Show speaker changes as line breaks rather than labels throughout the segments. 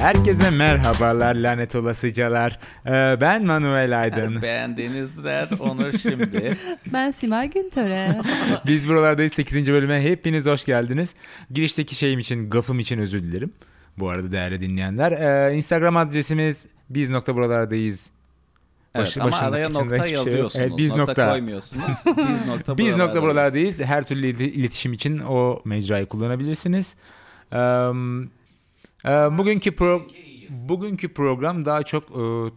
Herkese merhabalar lanet olasıcalar. Ee, ben Manuel Aydın.
Beğendiğinizler Onur şimdi.
Ben Simay Güntöre.
Biz buralardayız 8. bölüme. Hepiniz hoş geldiniz. Girişteki şeyim için, gafım için özür dilerim. Bu arada değerli dinleyenler. Ee, Instagram adresimiz biz nokta buralardayız.
Evet, ama
başındaki
araya
içinde
nokta
hiçbir şey yok.
yazıyorsunuz.
Evet, biz
nokta,
nokta.
koymuyorsunuz. Biz nokta
Biz nokta
buralardayız.
buralardayız. Her türlü ili- iletişim için o mecrayı kullanabilirsiniz. Ee, e, bugünkü pro- bugünkü program daha çok e,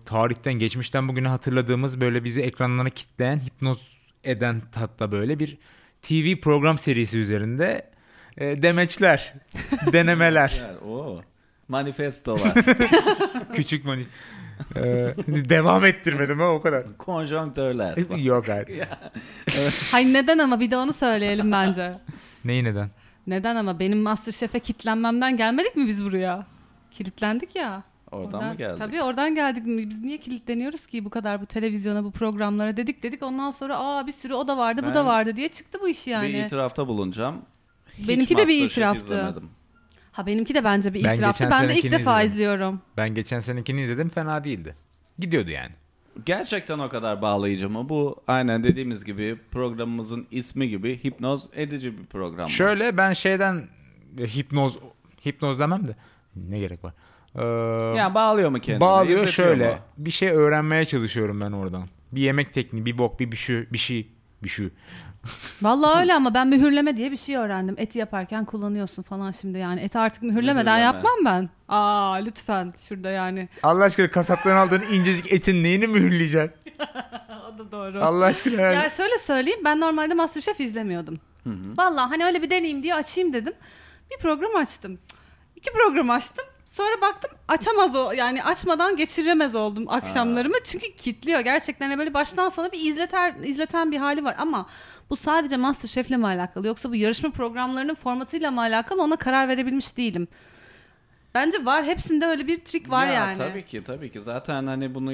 tarihten geçmişten bugüne hatırladığımız böyle bizi ekranlara kitleyen hipnoz eden hatta böyle bir TV program serisi üzerinde e, demeçler, denemeler,
Evet, Oo. Manifestolar,
küçük mani. Ee, devam ettirmedim ha o kadar.
konjonktörler.
Yok abi.
Hayır neden ama bir de onu söyleyelim bence.
Neyi neden?
Neden ama benim Masterchef'e kilitlenmemden gelmedik mi biz buraya? Kilitlendik ya.
Oradan mı geldik?
Tabii oradan geldik. Biz niye kilitleniyoruz ki bu kadar bu televizyona, bu programlara dedik dedik. Ondan sonra aa bir sürü o da vardı,
Ben-
bu da vardı diye çıktı bu iş
Bir
yani.
itirafta bulunacağım. Hiç
Benimki de bir
Masterchef
itiraftı.
izlemedim.
Ha benimki de bence bir
Ben
itiraftı.
geçen
Ben, de ilk
senekini
defa
izledim.
izliyorum.
Ben geçen senekini izledim fena değildi. Gidiyordu yani.
Gerçekten o kadar bağlayıcı mı? Bu aynen dediğimiz gibi programımızın ismi gibi hipnoz edici bir program.
Şöyle ben şeyden e, hipnoz hipnoz demem de ne gerek var? Ee,
Ya bağlıyor mu kendini?
bağlıyor
İzletiyor
şöyle.
mu?
Bir şey öğrenmeye çalışıyorum ben oradan. Bir yemek tekniği, bir bok, bir bir şu, bir şey, bir şu.
Vallahi öyle ama ben mühürleme diye bir şey öğrendim. Eti yaparken kullanıyorsun falan şimdi yani. Eti artık mühürlemeden
Mühürleme.
yapmam ben. Aa lütfen şurada yani.
Allah aşkına kasaptan aldığın incecik etin neyini mühürleyeceksin?
O da doğru.
Allah aşkına. yani.
Ya şöyle söyleyeyim ben normalde Masterchef izlemiyordum. Vallahi hani öyle bir deneyeyim diye açayım dedim. Bir program açtım. Cık, İki program açtım. Sonra baktım açamaz o yani açmadan geçiremez oldum akşamlarımı. Çünkü kitliyor gerçekten hani böyle baştan sona bir izleter, izleten bir hali var ama bu sadece Masterchef'le mi alakalı yoksa bu yarışma programlarının formatıyla mı alakalı ona karar verebilmiş değilim. Bence var hepsinde öyle bir trik var
Ya
yani.
Tabii ki tabii ki. Zaten hani bunu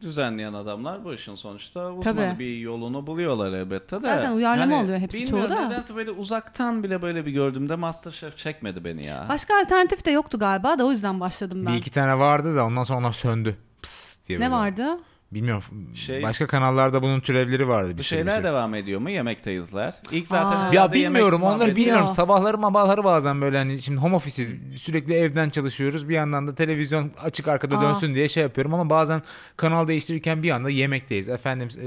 düzenleyen adamlar bu işin sonuçta uzmanı
Tabii.
bir yolunu buluyorlar elbette de. Hani
Zaten uyarlama oluyor hepsi
bilmiyorum,
çoğu da.
Nedense böyle uzaktan bile böyle bir gördüğümde Masterchef çekmedi beni ya.
Başka alternatif de yoktu galiba da o yüzden başladım ben.
Bir iki tane vardı da ondan sonra onlar söndü. Pıs diye
ne
böyle.
vardı?
Bilmiyorum.
Şey-
Başka kanallarda bunun türevleri vardı.
bir
Bir
şeyler
sürü.
devam ediyor mu yemekteyiz?ler İlk zaten
Aa.
herhalde
Ya
yemek
bilmiyorum onları
muhabbeti-
bilmiyorum.
Yok.
Sabahları mabaları bazen böyle hani şimdi home office'iz sürekli evden çalışıyoruz. Bir yandan da televizyon açık arkada
Aa.
dönsün diye şey yapıyorum ama bazen kanal değiştirirken bir anda yemekteyiz. Efendim e,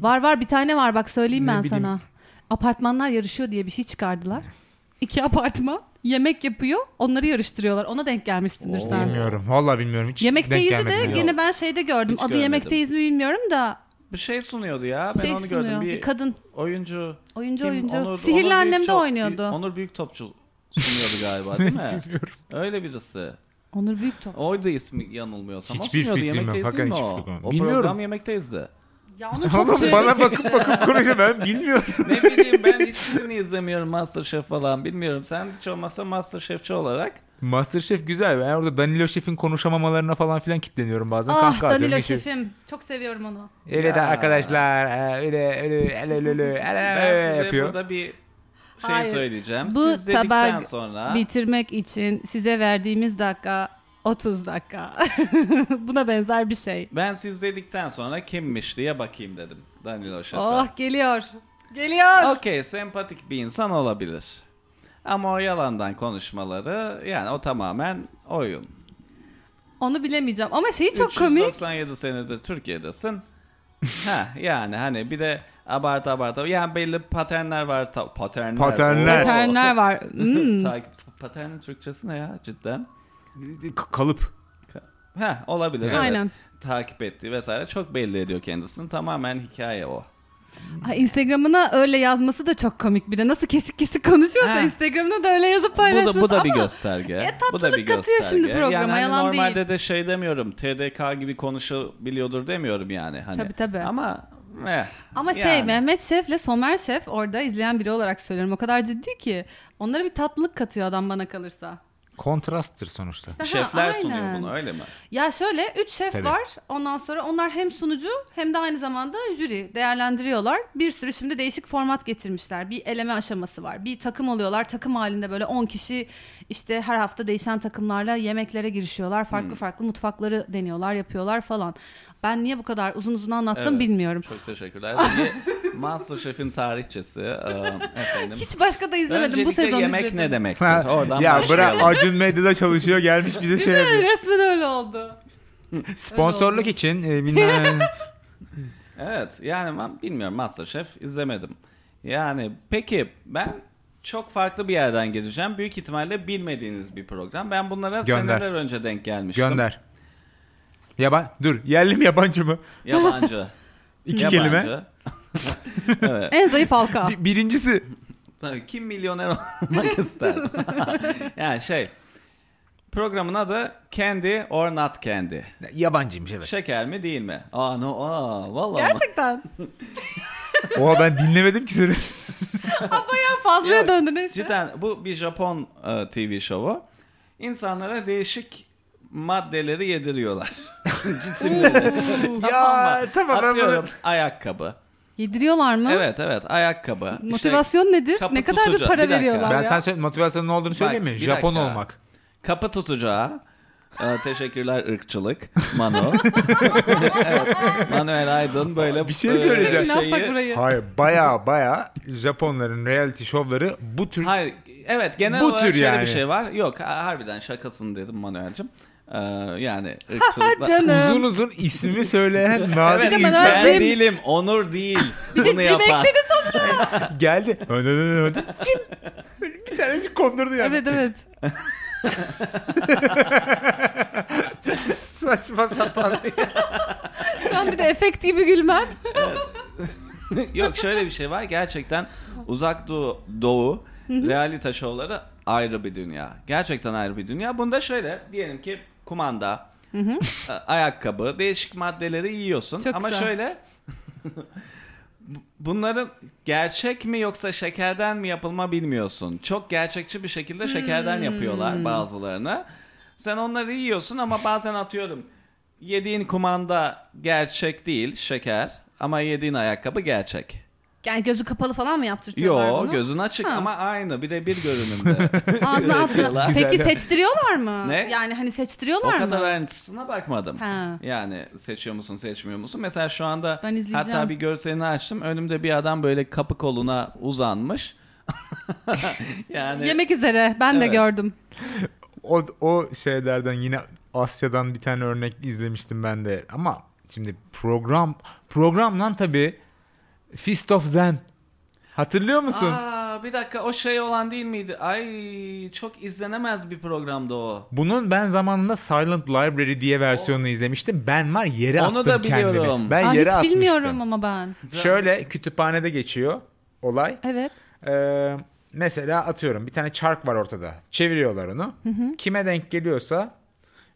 Var var bir tane var bak söyleyeyim
Ne
ben
bileyim.
sana. Apartmanlar yarışıyor diye bir şey çıkardılar. İki apartman yemek yapıyor onları yarıştırıyorlar. Ona denk gelmişsindir
Oo.
sen.
bilmiyorum. Vallahi bilmiyorum hiç denk
Yemekteyiz'i de
gelmedi. bana.
gene ben şeyde gördüm.
Hiç
Adı
görmedim.
yemekteyiz mi bilmiyorum da
Bir şey sunuyordu ya. Ben
şey
onu
sunuyor.
gördüm.
Bir...
Bir,
kadın
oyuncu.
oyuncu
Kim?
oyuncu.
Onur-
Sihirli
Onur Büyük
Annem'de
Top-
oynuyordu. Onur,
Onur Büyük Topçu sunuyordu galiba değil mi? Öyle birisi.
Büyük Top.
Oydu ismi yanılmıyorsam. O
Hiçbir
sunuyordu,
fikrim yok.
Yemekteyiz'in
Hakikaten
mi
hiçbir
o?
fikrim yok.
O
Bilmiyorum.
program yemekteyizdi.
Ya onun çok Ah,
Oğlum
türevi
bana
çıktı.
bakıp bakıp konuşuyor ben bilmiyorum.
ne bileyim ben hiçbirini izlemiyorum Masterchef falan bilmiyorum. Sen hiç olmazsa Masterchef'çi olarak
Masterchef güzel. Ben orada Danilo Şef'in konuşamamalarına falan filan kitleniyorum bazen.
Ah
Kahkaha atıyorum. şey-
Danilo
Hiç-
şefim. Çok seviyorum onu.
Öyle de
Ya.
arkadaşlar. e, Öyle öyle öyle öyle öyle
ben size
yapıyor.
burada bir şey
Hayır.
söyleyeceğim.
Bu
Siz dedikten
tabak
sonra
Bitirmek için size verdiğimiz dakika 30 dakika. Buna benzer bir şey.
ben siz dedikten sonra kimmiş diye bakayım dedim Danilo Şef'e.
Oh geliyor. Geliyor.
Okey sempatik bir insan olabilir. Ama o yalandan konuşmaları yani o tamamen oyun.
Onu bilemeyeceğim ama şeyi çok komik.
397 senedir Türkiye'desin. ha yani hani bir de abart abart yani belli paternler var. Ta- paternler.
Paternler.
Oo.
Paternler var. Hmm.
Takip- Paternin Türkçesi ne ya cidden?
K- Kalıp.
Ha olabilir. evet.
Aynen.
Takip ettiği vesaire çok belli ediyor kendisini. Tamamen hikaye o.
Ay, Instagram'ına öyle yazması da çok komik bir de. Nasıl kesik kesik konuşuyorsa
Ha.
Instagram'ına da öyle yazıp
Bu da,
paylaşması.
bu da bir
ama
gösterge.
Ya
bu da bir
tatlılık katıyor şimdi programa,
yani hani
yalan
normalde
değil.
de şey demiyorum. TDK gibi konuşabiliyordur demiyorum yani hani.
Tabii, tabii.
Ama eh,
Ama şey
yani.
Mehmet Şef'le Somer Şef orada izleyen biri olarak söylüyorum. O kadar ciddi ki. Onlara bir tatlılık katıyor adam bana kalırsa.
Kontrasttır sonuçta.
Aha,
Şefler
aynen.
sunuyor bunu öyle mi?
Ya şöyle 3 şef
Tabii.
var. Ondan sonra onlar hem sunucu hem de aynı zamanda jüri değerlendiriyorlar. Bir sürü şimdi değişik format getirmişler. Bir eleme aşaması var. Bir takım oluyorlar. Takım halinde böyle 10 kişi işte her hafta değişen takımlarla yemeklere girişiyorlar. Farklı
Hmm.
farklı mutfakları deniyorlar, yapıyorlar falan. Ben niye bu kadar uzun uzun anlattım
Evet,
bilmiyorum.
Çok teşekkürler. Şimdi Masterchef'in tarihçesi. eee, Efendim.
Hiç başka da izlemedim bu
Öncelikle
sezon.
yemek
izledim.
ne demektir?
Ha,
Oradan
ya bırak
başlayalım.
Acun medyada çalışıyor gelmiş bize şey
Evet,
yapıyor.
Resmen öyle oldu.
Sponsorluk için e, bilmem.
Evet yani ben bilmiyorum Masterchef izlemedim. Yani peki ben çok farklı bir yerden gireceğim. Büyük ihtimalle bilmediğiniz bir program. Ben bunlara
Gönder.
seneler önce denk gelmiştim.
gönder. Yaban dur yerli mi yabancı mı?
Yabancı.
İki
Yabancı.
kelime.
evet.
En zayıf halka.
Bi- birincisi
Tabii kim milyoner olmak ister? yani şey programın adı Candy or Not Candy.
yabancıymış evet.
Şeker mi değil mi? Aa no aa vallahi. mi?
Gerçekten.
Oha ben dinlemedim ki seni.
Bayağı fazlaya
Yok,
döndü neyse.
Cidden bu bir Japon e, TV şovu. İnsanlara değişik maddeleri yediriyorlar. Cisimleri.
Ya,
mı?
tamam, ben
Atıyorum
bunu-
ayakkabı.
Yediriyorlar mı?
Evet evet ayakkabı. Şey, İşte
Motivasyon nedir?
kapı
Ne kadar bir
tutacağı-
para
Bir dakika.
veriyorlar
ben
ya?
sana söyle motivasyonun ne olduğunu söyleyeyim mi?
bir
Japon
dakika.
olmak.
kapı tutacağı. E, teşekkürler ırkçılık. Mano. evet. Manuel Aydın böyle
Bir şey
böyle
söyleyeceğim.
Ne yapsak burayı?
Hayır baya baya Japonların reality şovları bu tür
Hayır, evet genel
Bu
olarak
tür
şöyle
yani.
bir şey var. Yok ha- harbiden şakasın dedim Manuel'cim. Ee, yani ırkçılıkla...
Canım.
uzun uzun ismini söyleyen nadir
Evet,
Bir de
insan
bana-
ben
Cem-
değilim. Onur değil. Bunu
Cem
yapan.
ekledi
geldi. Öne öne öne. Cim. Böyle Bir tanecik kondurdu yani.
Evet evet.
Saçma sapan.
Şu an bir de efekt gibi gülmen.
Yok şöyle bir şey var. Gerçekten uzak doğu, doğu reality şovları ayrı bir dünya. Gerçekten ayrı bir dünya. Bunda şöyle diyelim ki kumanda, a- ayakkabı, değişik maddeleri yiyorsun.
Çok
Ama
güzel.
şöyle bu- bunların gerçek mi yoksa şekerden mi yapılma bilmiyorsun. Çok gerçekçi bir şekilde şekerden
Hmm.
yapıyorlar bazılarını. Sen onları yiyorsun ama bazen atıyorum yediğin kumanda gerçek değil şeker ama yediğin ayakkabı gerçek.
Yani gözü kapalı falan mı yaptırtıyorlar
Yo
bunu?
gözün açık
Şey Ha.
ama aynı birebir görünümde.
Ağzına
Yapıyorlar.
atla. Peki
Güzel.
seçtiriyorlar mı?
Ne?
Yani hani
o
seçtiriyorlar
kadar
mı?
ayrıntısına bakmadım.
Ha.
Yani seçiyor musun seçmiyor musun? Mesela şu anda
Ben izleyeceğim.
hatta bir görselini açtım. Önümde bir adam böyle kapı koluna uzanmış. yani
Yemek üzere. Ben de
Evet.
gördüm.
O, o şeylerden yine Asya'dan bir tane örnek izlemiştim ben de. Ama şimdi program programdan tabii Fist of Zen. Hatırlıyor musun?
Aa, bir dakika o şey olan değil miydi? Ay çok izlenemez bir programdı o.
Bunun ben zamanında Silent Library diye versiyonunu izlemiştim. Ben var yere
Onu
attım
da biliyorum.
kendimi. Ben
Aa, hiç
yere atmıştım.
bilmiyorum ama ben.
Şöyle kütüphanede geçiyor olay.
Evet.
Ee, mesela atıyorum bir tane çark var ortada. Çeviriyorlar onu. Kime denk geliyorsa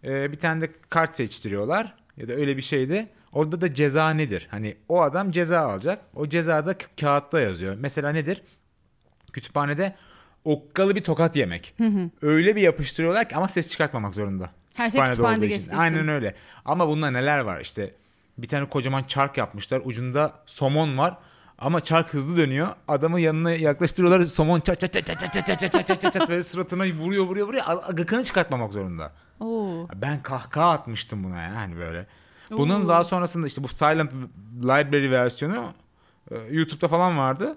e, bir tane de kart seçtiriyorlar ya da öyle bir şeydi. Orada da ceza nedir? Hani o adam ceza alacak. O cezada k- kağıtta yazıyor. Mesela nedir? Kütüphanede okkalı bir tokat yemek. Öyle bir yapıştırıyorlar ki ama ses çıkartmamak zorunda.
Her şey
Kütüphanede
kütüphanede
olduğu için.
geçtiği için.
Aynen öyle. Ama bunda neler var işte. Bir tane kocaman çark yapmışlar. Ucunda somon var. Ama çark hızlı dönüyor. Adamı yanına yaklaştırıyorlar. Somon çat çat çat çat çat çat çat çat çat çat çat çat böyle suratına vuruyor vuruyor vuruyor. A- Gıkını çıkartmamak zorunda.
Oo.
Ben kahkaha atmıştım buna yani hani böyle. Bunun
Oo.
daha sonrasında işte bu Silent Library versiyonu e, YouTube'da falan vardı.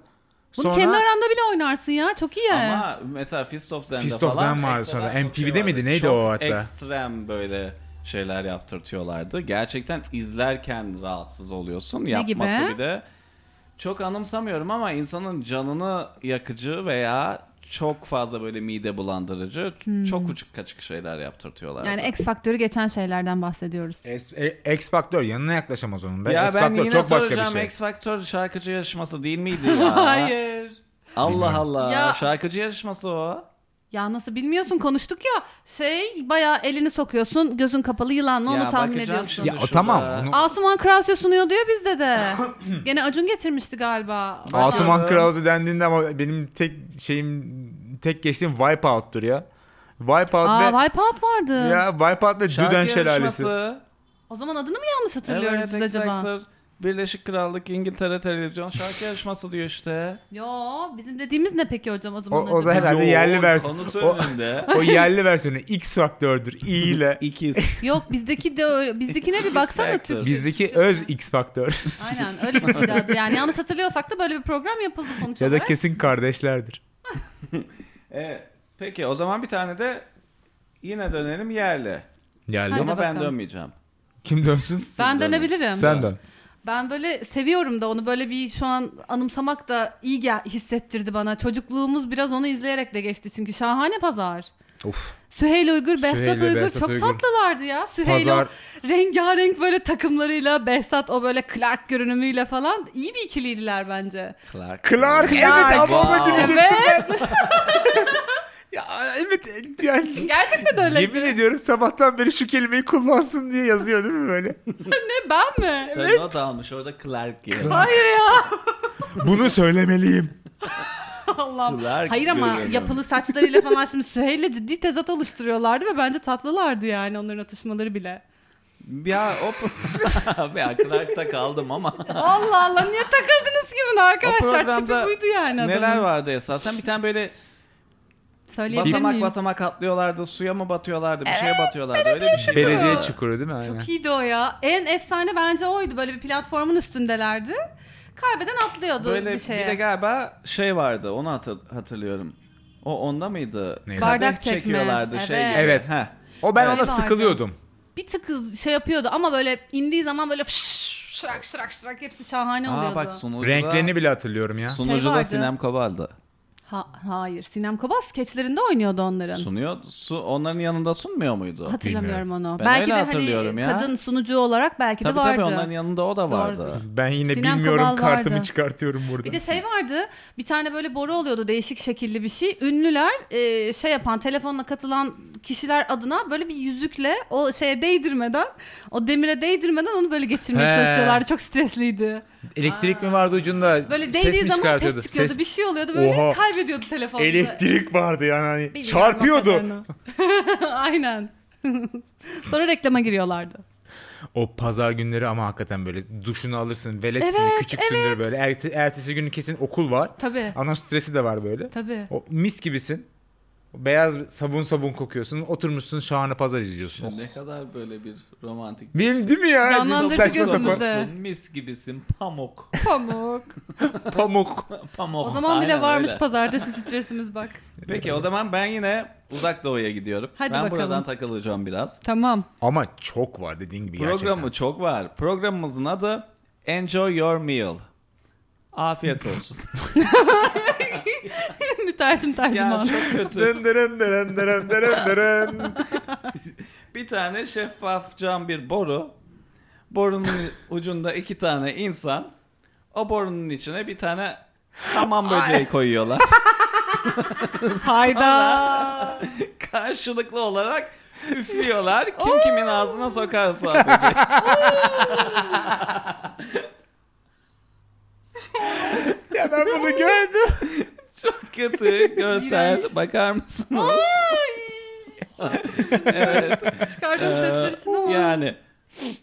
Bunu kendi aranda bile oynarsın ya. Çok iyi.
Ama mesela Fist of Zen'de
Fist
falan.
of Zen vardı
ekstradan
sonra.
çok şey
MTV'de
vardı.
miydi? Neydi
Çok
o hatta?
ekstrem böyle şeyler yaptırtıyorlardı. Gerçekten izlerken rahatsız oluyorsun. Yapması
gibi?
bir de çok anımsamıyorum ama insanın canını yakıcı veya çok fazla böyle mide bulandırıcı, çok uçuk kaçık şeyler yaptırtıyorlardı.
Hmm. yani X faktörü geçen şeylerden bahsediyoruz.
Es- e- X Factor yanına yaklaşamaz onun. Ben
ya
X
ben
Factor
yine
çok başka bir
soracağım
şey.
X Factor şarkıcı yarışması değil miydi ya?
Hayır.
Allah
Bilmiyorum.
Allah.
Ya-
Şarkıcı yarışması o.
Ya nasıl bilmiyorsun konuştuk ya. Şey bayağı elini sokuyorsun. Gözün kapalı yılan mı onu
Ya
tahmin
bakacağım
ediyorsun.
şimdi
Ya o
şurada.
tamam. Onu...
Asuman Krause sunuyordu ya bizde de. Gene Acun getirmişti galiba. Bana.
Asuman Krause dendiğinde ama benim tek şeyim tek geçtiğim Wipeout'tur ya. Wipeout
Aa
ve
Wipeout vardı.
ya Wipeout ve
Şarkı
Düden Şelalesi.
yarışması,
O zaman adını mı yanlış hatırlıyoruz
Evet,
biz
X
acaba?
Factor, Birleşik Krallık, İngiltere Televizyon şarkı yarışması diyor işte.
Yo bizim dediğimiz ne peki hocam o
O,
zaman
o da
acaba?
herhalde yerli
Yoğun
versiyon.
Konut
O,
önünde.
o yerli versiyonu X faktördür. İ ile.
İkiz.
Yok bizdeki de öyle, bizdekine bir baksana
Factor.
Türkçe.
Bizdeki
Türkçe-
öz X faktör.
Aynen öyle bir şey lazım. Yani yanlış hatırlıyorsak da böyle bir program yapıldı sonuç
ya da
olarak.
kesin kardeşlerdir.
Evet. E, Peki o zaman bir tane de yine dönelim yerli.
Yerli.
Hadi
Ama ben
bakalım.
dönmeyeceğim.
Kim dönsün?
Ben
Siz dönün.
dönebilirim.
Sen dön.
Ben böyle seviyorum da onu böyle bir şu an anımsamak da iyi gel- hissettirdi bana. Çocukluğumuz biraz onu izleyerek de geçti çünkü şahane pazar.
Of.
Süheyl Uygur, Behzat
Süheyl ve
Uygur
Behzat
çok
Uygur.
tatlılardı ya. Süheyl
Pazar.
o rengarenk böyle takımlarıyla, Behzat o böyle Clark görünümüyle falan iyi bir ikiliydiler bence.
Clark.
Clark evet
Clark,
ama ona
wow.
gülecektim ben. ya evet yani.
Gerçekten öyle
Yemin ediyorum sabahtan beri şu kelimeyi kullansın diye yazıyor değil mi böyle?
mi ben mi?
Sen not almış orada Clark gibi.
Hayır ya.
Bunu söylemeliyim.
Allah'ım.
Clark
Hayır ama
görünüm.
yapılı saçlarıyla falan şimdi Süheyl'le ciddi tezat oluşturuyorlardı ve bence tatlılardı yani onların atışmaları bile.
Ya o pro- ya Clark'ta kaldım ama.
Allah Allah niye takıldınız ki buna
O
arkadaşlar? Tipi
programda
buydu yani adamın.
Neler vardı esasen? Bir tane böyle
Söyleyebilir
basamak
miyim?
basamak atlıyorlardı, suya mı batıyorlardı, bir şeye batıyorlardı. Öyle bir şey.
Belediye
Belediye
çukuru değil mi? Aynen.
Çok iyiydi o ya. En efsane bence oydu. Böyle bir platformun üstündelerdi. Kaybeden atlıyordu
Böyle
bir
bir,
şeye.
de galiba şey vardı. Onu hatır- hatırlıyorum. O onda mıydı?
Neydi?
Kadeh
Bardak çekme.
çekiyorlardı şey.
Evet.
gibi.
Evet.
Heh.
O ben
Evet.
ona sıkılıyordum.
bir tık şey yapıyordu ama böyle indiği zaman böyle fış, şırak şırak şırak hepsi şahane oluyordu.
Aa bak sunucuda.
Renklerini bile hatırlıyorum ya.
Sunucuda
Şey vardı.
Sinem Kobal'dı.
Ha- hayır. Sinem Kobal skeçlerinde oynuyordu onların.
Sunuyor. Su, onların yanında sunmuyor muydu?
Hatırlamıyorum onu.
Ben
belki
öyle
de
hatırlıyorum
hani
ya.
kadın sunucu olarak belki
Tabii
de vardı.
tabii onların yanında o da vardı.
Doğrudur.
Ben yine
Sinan
bilmiyorum
Kobal
kartımı
vardı.
çıkartıyorum burada.
Bir de şey vardı. Bir tane böyle boru oluyordu değişik şekilli bir şey. Ünlüler e, şey yapan telefonla katılan kişiler adına böyle bir yüzükle o şeye değdirmeden o demire değdirmeden onu böyle geçirmeye
He.
çalışıyorlardı. Çok stresliydi.
Elektrik mi vardı ucunda?
Böyle
ses mi
değdiği zaman
çıkartıyordu?
ses çıkıyordu. Bir şey oluyordu böyle
Oha.
kaybediyordu telefonu.
Elektrik vardı yani hani
Bir
çarpıyordu.
yandan kadarını. Aynen. Sonra reklama giriyorlardı.
O pazar günleri ama hakikaten böyle duşunu alırsın, veletsin,
Evet,
küçüksündür böyle. Erte- ertesi günü kesin okul var.
Tabii.
Anons stresi de var böyle.
Tabii.
O mis gibisin. Beyaz sabun sabun kokuyorsun. Oturmuşsun şahane pazar izliyorsun.
Ne kadar böyle bir romantik.
Benim değil mi ya?
Canlandırdı
Saçma sapan.
gözümüzde.
mis gibisin pamuk.
Pamuk.
Pamuk.
pamuk.
O zaman bile
Aynen
varmış
öyle.
pazartesi stresimiz bak.
Peki o zaman ben yine uzak doğuya gidiyorum.
Hadi
ben
bakalım.
buradan takılacağım biraz.
Tamam.
Ama çok var dediğin gibi gerçekten.
Programı çok var. Programımızın adı Enjoy Your Meal. Afiyet olsun.
Mütercim
ya
tercüman.
çok kötü.
Dın dırın dırın dırın dırın dırın.
Bir tane şeffaf cam bir boru. Borunun ucunda iki tane insan. O borunun içine bir tane hamam böceği koyuyorlar.
Hayda.
Karşılıklı olarak üflüyorlar. Kim kimin ağzına sokarsa böceği.
Ya ben bunu gördüm.
Çok kötü görsel. Bakar mısınız? evet.
Çıkardım sesler için
Ee,
ama.
Yani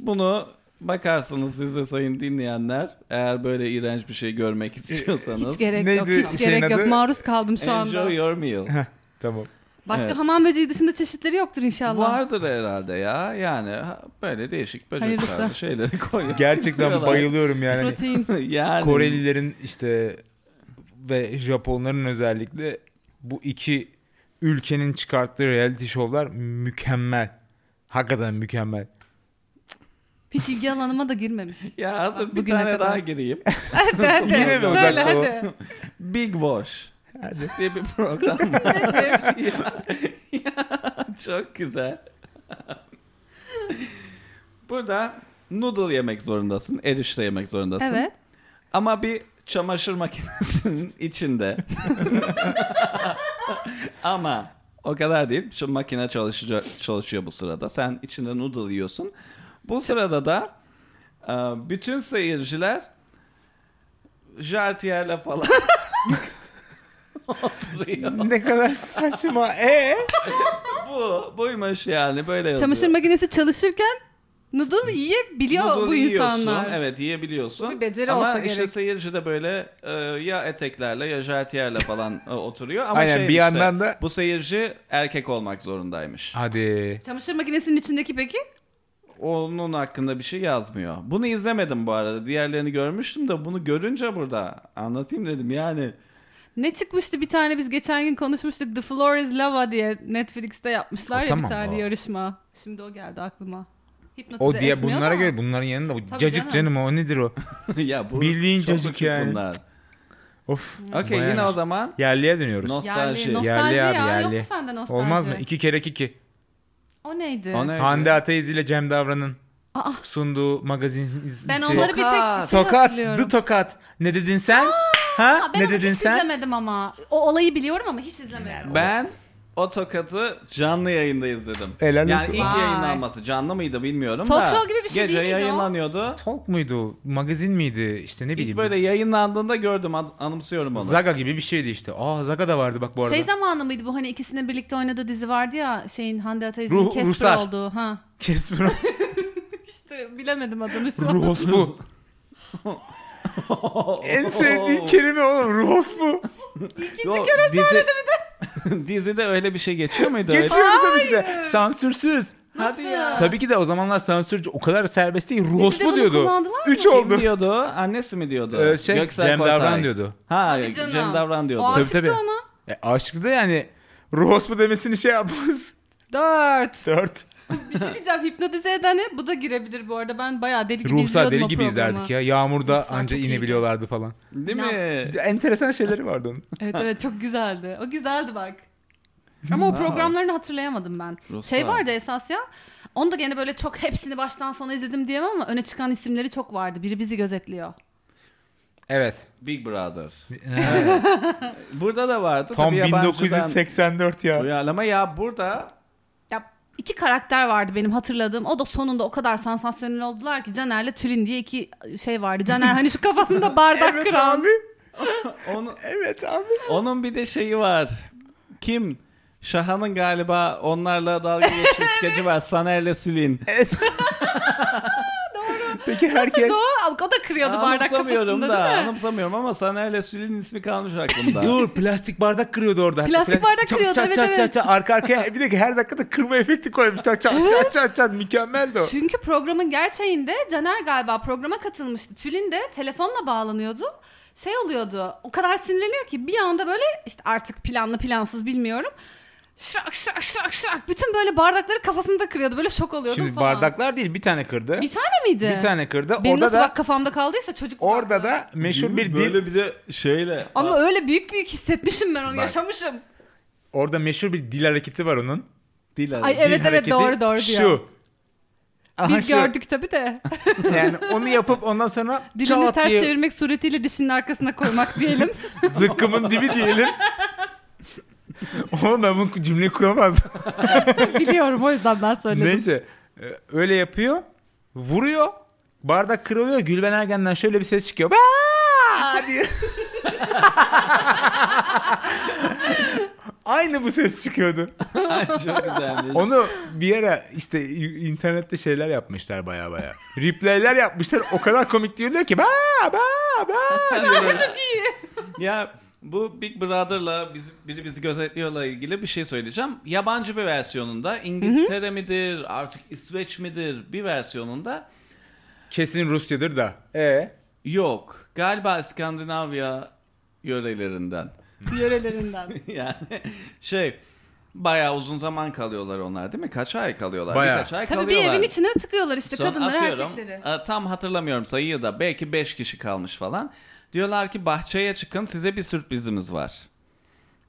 bunu bakarsınız size sayın dinleyenler. Eğer böyle iğrenç bir şey görmek istiyorsanız.
hiç gerek yok.
Neydi
Hiç
şeyin
gerek yok.
adı?
Maruz kaldım şu anda.
Enjoy your meal.
Tamam.
Başka
Evet.
hamam böceği dışında çeşitleri yoktur inşallah.
Vardır herhalde ya. Yani ha- böyle değişik böcek
Hayırlısı.
tarzı şeyleri koyuyor.
Gerçekten
Diyorlar.
bayılıyorum yani. Hani
Protein.
yani
Korelilerin işte ve Japonların özellikle bu iki ülkenin çıkarttığı reality şovlar mükemmel. Hakikaten mükemmel.
Hiç ilgi alanıma da girmemiş.
ya hazır bir
Bugüne
tane
kadar.
daha gireyim.
Yine mi
Söyle
uzak doğu?
hadi.
Big Wash
Hadi.
diye bir program var. Ya- ya, çok güzel. Burada noodle yemek zorundasın. Erişte yemek zorundasın.
Evet.
Ama bir çamaşır makinesinin içinde. Ama o kadar değil. Şu makine çalışacak, çalışıyor bu sırada. Sen içinde noodle yiyorsun. Bu sırada da e, bütün seyirciler jartiyerle falan oturuyor.
ne kadar saçma. E
Bu buymuş yani böyle yazıyor.
Çamaşır makinesi çalışırken noodle yiyebiliyor
Noodle
bu
yiyorsun,
insanlar.
Evet yiyebiliyorsun.
Bu bir beceri
ama
olsa
işte
gerek.
seyirci de böyle e, ya eteklerle ya jartiyerle falan e, oturuyor. Ama
Aynen,
şey
bir
işte,
yandan da-
Bu seyirci erkek olmak zorundaymış.
hadi.
Çamaşır makinesinin içindeki peki?
Onun hakkında bir şey yazmıyor. Bunu izlemedim bu arada. Diğerlerini görmüştüm de bunu görünce burada anlatayım dedim yani.
Ne çıkmıştı bir tane biz geçen gün konuşmuştuk The Floor is Lava diye Netflix'te yapmışlar
O
ya
tamam
bir tane
o.
yarışma. Şimdi o geldi aklıma. Hipnotize
O diye
etmiyor
bunlara
ama
göre bunların yanında bu
Tabii
cacık
canım.
canım o nedir o?
ya bu
Bildiğin
çok
çocuk
uçuk
yani.
bunlar.
Of.
Okey yine
bayağı-
o zaman
Yerliye dönüyoruz.
Nos-
Yerli,
Nostalji.
Yerli
nostalji ya.
abi,
Yok
yerli.
mu sende nostalji?
Olmaz mı? İki kere iki.
O neydi?
O ne?
Hande Ataiz ile Cem Davran'ın
Aa,
sunduğu magazin
ben
se-
onları bir tek
Tokat.
şey
Tokat,
hatırlıyorum.
The Tokat. Ne dedin sen? ha?
Aa, ben
Ne
onu
dedin
hiç
sen?
izlemedim ama. O olayı biliyorum ama hiç izlemedim.
ben o tokatı canlı yayında izledim.
Helal
yani
olsun.
ilk
Vay.
yayınlanması canlı mıydı bilmiyorum
Talk
da.
show gibi bir şey
Gece
değil miydi o?
yayınlanıyordu.
Talk muydu? o? Magazin miydi? İşte ne bileyim.
İlk böyle
biz-
yayınlandığında gördüm an- anımsıyorum onu.
Zaga gibi bir şeydi işte. Aa Zaga da vardı bak bu arada.
Şey zamanı mıydı bu hani ikisinin birlikte oynadığı dizi vardı ya şeyin Hande Ataiz'in
Ruh-
Kesper
Ruhsar.
olduğu. Ha.
Kesper
İşte bilemedim adını şu an.
Ruhos bu. en sevdiğim kelime oğlum Ruhos bu.
İkinci kere dizi... söyledi bir de. Dizide öyle bir şey geçiyor muydu? Öyle-
Geçiyordu tabii ki de. Sansürsüz.
Hadi ya.
Tabii ki de o zamanlar sansürcü o kadar serbest değil. Ruhos
Dizide
bu
E bunu
diyordu.
kullandılar mı?
Üç
Kim
oldu.
diyordu? Annesi mi diyordu?
Ee, şey,
Göksel
Cem
Kortay.
Davran diyordu.
Ha
Hadi canım.
Cem Davran diyordu.
O
Tabii,
aşıktı
tabii.
ona.
E, aşkı da yani Ruhos bu demesini şey yapmaz.
Dört.
Dört.
Bir şey diyeceğim hipnotize edene bu da girebilir bu arada. Ben bayağı deli gibi
Ruhsar
izliyordum
deli
o
gibi
programı.
izlerdik ya. Yağmurda
Ruhsar
anca
çok iyiydi.
inebiliyorlardı falan.
Değil
Ne
mi?
E, Enteresan şeyleri vardı onun.
Evet evet çok güzeldi. O güzeldi bak. Ama o
Wow.
programlarını hatırlayamadım ben.
Ruhsar.
Şey vardı esas ya. Onu da gene böyle çok hepsini baştan sona izledim diyemem ama öne çıkan isimleri çok vardı. Biri bizi gözetliyor.
Evet.
Big Brother. Burada da vardı.
Tam
Tabii yabancıdan
1984 ya.
Uyarlama ya burada
Ya iki karakter vardı benim hatırladığım. O da sonunda o kadar sansasyonel oldular ki Caner'le Tülin diye iki şey vardı. Caner hani şu kafasında bardak
Evet
kıran.
abi.
onu,
Evet abi.
onun bir de şeyi var. Kim? Şahan'ın galiba onlarla dalga geçtiği skeci var. Saner'le Sülin.
Peki herkes
Doğru, o da kırıyordu bardak
Anımsamıyorum
kafasında
da.
değil mi?
Anımsamıyorum ama Saner'le Sülin ismi kalmış aklımda.
Dur plastik bardak kırıyordu orada.
Plastik bardak
Çat,
kırıyordu,
çat,
evet,
çat,
evet.
çat, çat. Arka arkaya bir de her dakikada kırma efekti koymuş. Çat çat çat çat çat. Mükemmeldi o.
Çünkü programın gerçeğinde Caner galiba programa katılmıştı. Tülin de telefonla bağlanıyordu. Şey oluyordu. O kadar sinirleniyor ki bir anda böyle işte artık planlı plansız bilmiyorum. Şırak şırak şırak şırak. Bütün böyle bardakları kafasında kırıyordu. Böyle şok oluyordum
Şimdi
falan.
bardaklar değil bir tane kırdı.
Bir tane miydi?
Bir tane kırdı.
Benim
orada
nasıl
da
bak kafamda kaldıysa çocuk
orada
odaklı.
da meşhur bir dil
Böyle bir de şeyle.
Ama öyle büyük büyük hissetmişim ben onu
Bak.
yaşamışım.
orada meşhur bir dil hareketi var onun.
Dil
Ay
arası.
Dil
evet evet
hareketi
doğru doğru
şu.
diyor.
Aha,
Biz
şu.
gördük tabii de.
Yani onu yapıp ondan sonra
Dilini
çat
ters
diye
çevirmek suretiyle dişinin arkasına koymak diyelim.
zıkkımın dibi diyelim. Oğlum ben bu cümleyi kuramaz.
Biliyorum o yüzden ben söyledim.
Neyse e, öyle yapıyor. Vuruyor. Bardak kırılıyor. Gülben Ergen'den şöyle bir ses çıkıyor. "Baa!" diye. Aynı bu ses çıkıyordu.
Ay, Çok güzelmiş.
Onu bir ara işte i- internette şeyler yapmışlar baya baya. Replayler yapmışlar. O kadar komik diyorlar ki ba ba ba.
Çok iyi. ya bu Big Brother'la bizi, biri bizi gözetliyorla ilgili bir şey söyleyeceğim. Yabancı bir versiyonunda İngiltere midir artık İsveç midir bir versiyonunda
Kesin Rusya'dır da. E
yok. Galiba İskandinavya yörelerinden.
Yörelerinden.
yani şey bayağı uzun zaman kalıyorlar onlar değil mi? Kaç ay kalıyorlar?
Bayağı.
Birkaç ay
Tabii bir
kalıyorlar.
evin içine tıkıyorlar işte
Son
kadınları
atıyorum,
erkekleri.
e, Tam hatırlamıyorum sayıyı da belki 5 kişi kalmış falan. Diyorlar ki bahçeye çıkın size bir sürprizimiz var.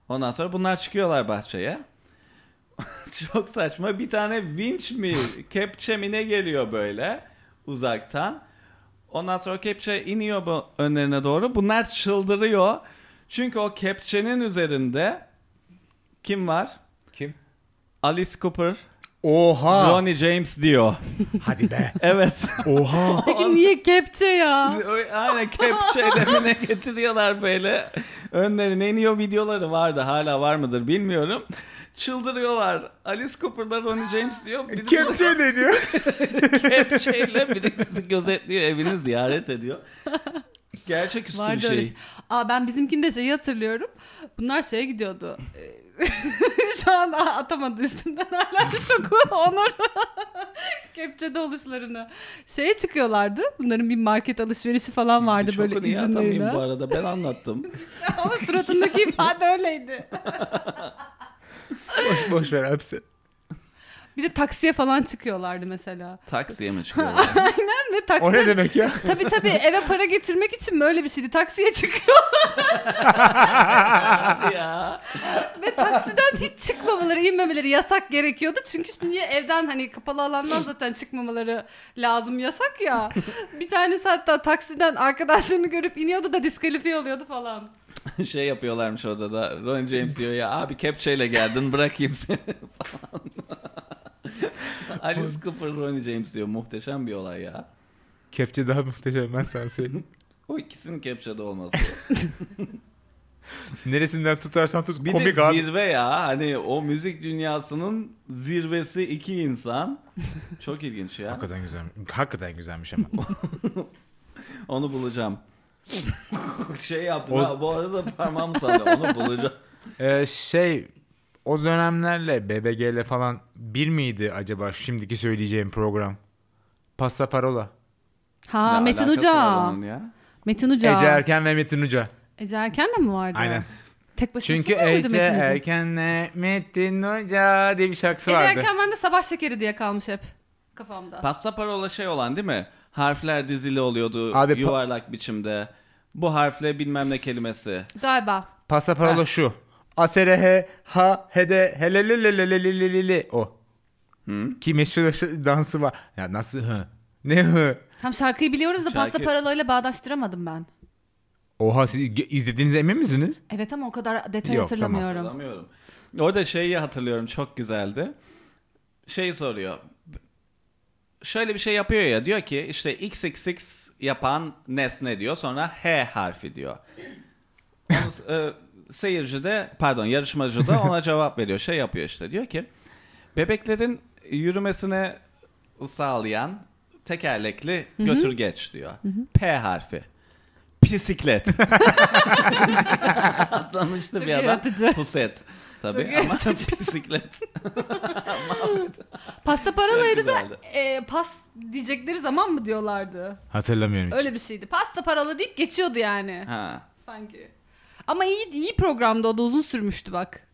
Ondan sonra bunlar çıkıyorlar bahçeye. Çok saçma bir tane vinç mi kepçe mi ne geliyor böyle uzaktan. Ondan sonra kepçe iniyor bu önlerine doğru. Bunlar çıldırıyor. Çünkü o kepçenin üzerinde kim var?
kim?
Alice Cooper.
Oha.
Ronnie James diyor.
Hadi be.
Evet.
Oha.
Peki niye kepçe ya?
Ö- Aynen capture'lemine getiriyorlar böyle. Önlerine iniyor videoları vardı. Hala var mıdır bilmiyorum. Çıldırıyorlar. Alice Cooper'da Ronnie James diyor. Biri
Kepçe ne diyor?
Kepçeyle birinizi gözetliyor. Evini ziyaret ediyor. Gerçeküstü bir
Vardı öyle
şey.
şey. Aa ben bizimkinde şeyi hatırlıyorum. Bunlar şeye gidiyordu. Ee, Şu an a- atamadı üstünden hala şoku onur. Kepçede oluşlarını. Şeye çıkıyorlardı. Bunların bir market alışverişi falan vardı
Şoku
böyle
niye atamayayım bu
izinlerine.
arada? Ben anlattım.
Ama suratındaki ifade öyleydi.
boş, boş ver hepsi.
Bir de taksiye falan çıkıyorlardı mesela.
Taksiye mi çıkıyorlar?
Aynen ve taksi.
O ne demek ya?
Tabii tabii eve para getirmek için böyle bir şeydi. Taksiye çıkıyor
Hadi ya.
ve taksiden hiç çıkmamaları, inmemeleri yasak gerekiyordu. Çünkü şimdi niye evden hani kapalı alandan zaten çıkmamaları lazım yasak ya. Bir tanesi hatta taksiden arkadaşlarını görüp iniyordu da diskalifiye oluyordu falan.
şey yapıyorlarmış orada da. Ronnie James diyor ya abi kepçeyle geldin bırakayım seni falan. Alice Cooper Ronnie James diyor. Muhteşem bir olay ya.
Kepçe daha muhteşem ben sana söyleyeyim.
O ikisinin kepçede olması.
Neresinden tutarsan tut
Bir
komik
de
abi.
zirve ya. Hani o müzik dünyasının zirvesi iki insan. Çok ilginç ya.
Hakikaten güzel. Hakikaten güzelmiş ama.
Onu bulacağım. şey yaptım.
O-
ha, bu arada parmağımı salladım. Onu bulacağım.
Ee, şey o dönemlerle BBG'le falan bir miydi acaba şimdiki söyleyeceğim program? Pasta Parola.
Ha
Ne
Metin
alakası
Uca.
var onun ya?
Metin Uca.
Ece Erken ve Metin Uca.
Ece Erken de mi vardı?
Aynen.
Tek başına
Çünkü
söylüyor muydu
Ece
Metin Uca?
Erken'le Metin Uca diye bir şarkısı
Ece
vardı.
Erken bende sabah şekeri diye kalmış hep kafamda.
Pasta parola şey olan değil mi? Harfler dizili oluyordu
Abi pa-
yuvarlak biçimde. Bu harfle bilmem ne kelimesi.
Galiba.
Pasta Parola şu. Aserehe ha hede helelelelelelelelele o. Ki meşhur şu dansı var. Ya nasıl hı? Ne hı?
Tam şarkıyı biliyoruz da
Şarkı-
pasta paralarıyla bağdaştıramadım ben.
Oha siz ge- izlediğinize emin misiniz?
Evet ama o kadar detay
Yok, tamam.
hatırlamıyorum.
Hatırlamıyorum. Orada şeyi hatırlıyorum çok güzeldi. Şey soruyor. Şöyle bir şey yapıyor ya diyor ki işte xxx yapan nesne diyor sonra h harfi diyor. Onu, e, seyirci de pardon yarışmacı da ona cevap veriyor. Şey yapıyor işte diyor ki bebeklerin yürümesine sağlayan tekerlekli götürgeç diyor. P harfi. Bisiklet. Atlamıştı
Çok
bir adam.
yaratıcı.
Puset.
Çok
Tabii ama bisiklet.
Pasta paralaydı
Çok
da
güzeldi.
e, pas diyecekleri zaman mı diyorlardı?
Hatırlamıyorum hiç.
Öyle bir şeydi. Pasta paralı deyip geçiyordu yani
Ha.
sanki. Ama iyi iyi programdı o da uzun sürmüştü bak.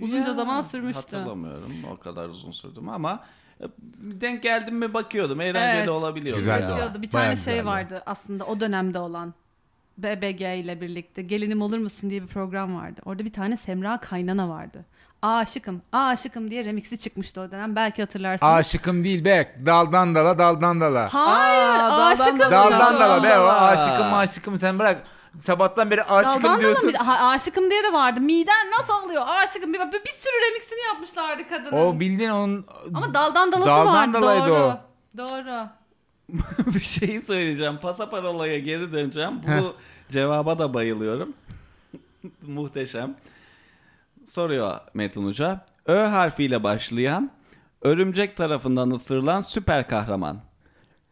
Uzunca zaman sürmüştü.
Hatırlamıyorum o kadar uzun sürdüm ama e, denk geldim mi bakıyordum eğlenceli
Evet.
olabiliyordu.
Güzeldi ama.
Geçiyordu. Bir
Bayağı
tane şey
güzeldi.
vardı aslında o dönemde olan. BBG ile birlikte gelinim olur musun diye bir program vardı. Orada bir tane Semra Kaynana vardı. Aşıkım, aşıkım diye remixi çıkmıştı o dönem. Belki hatırlarsınız.
Aşıkım değil be. Daldan dala daldan dala.
Hayır,
Aa, daldan
aşıkım.
dala.
daldan
Daldan
dala be. O
dala.
aşıkım aşıkım sen bırak. Sabahtan beri aşıkım
Daldan
diyorsun.
Dalın bir- ha, aşıkım diye de vardı. Miden nasıl oluyor? Aşıkım bir, bir, bir sürü remixini yapmışlardı kadının.
O bildiğin onun
Ama daldan dalası
Daldan
vardı.
dalaydı
doğru.
o.
Doğru.
bir şeyi söyleyeceğim. Pasaparolaya geri döneceğim. Bu cevaba da bayılıyorum. Muhteşem. Soruyor Metin Hoca. Ö harfiyle başlayan, örümcek tarafından ısırılan süper kahraman.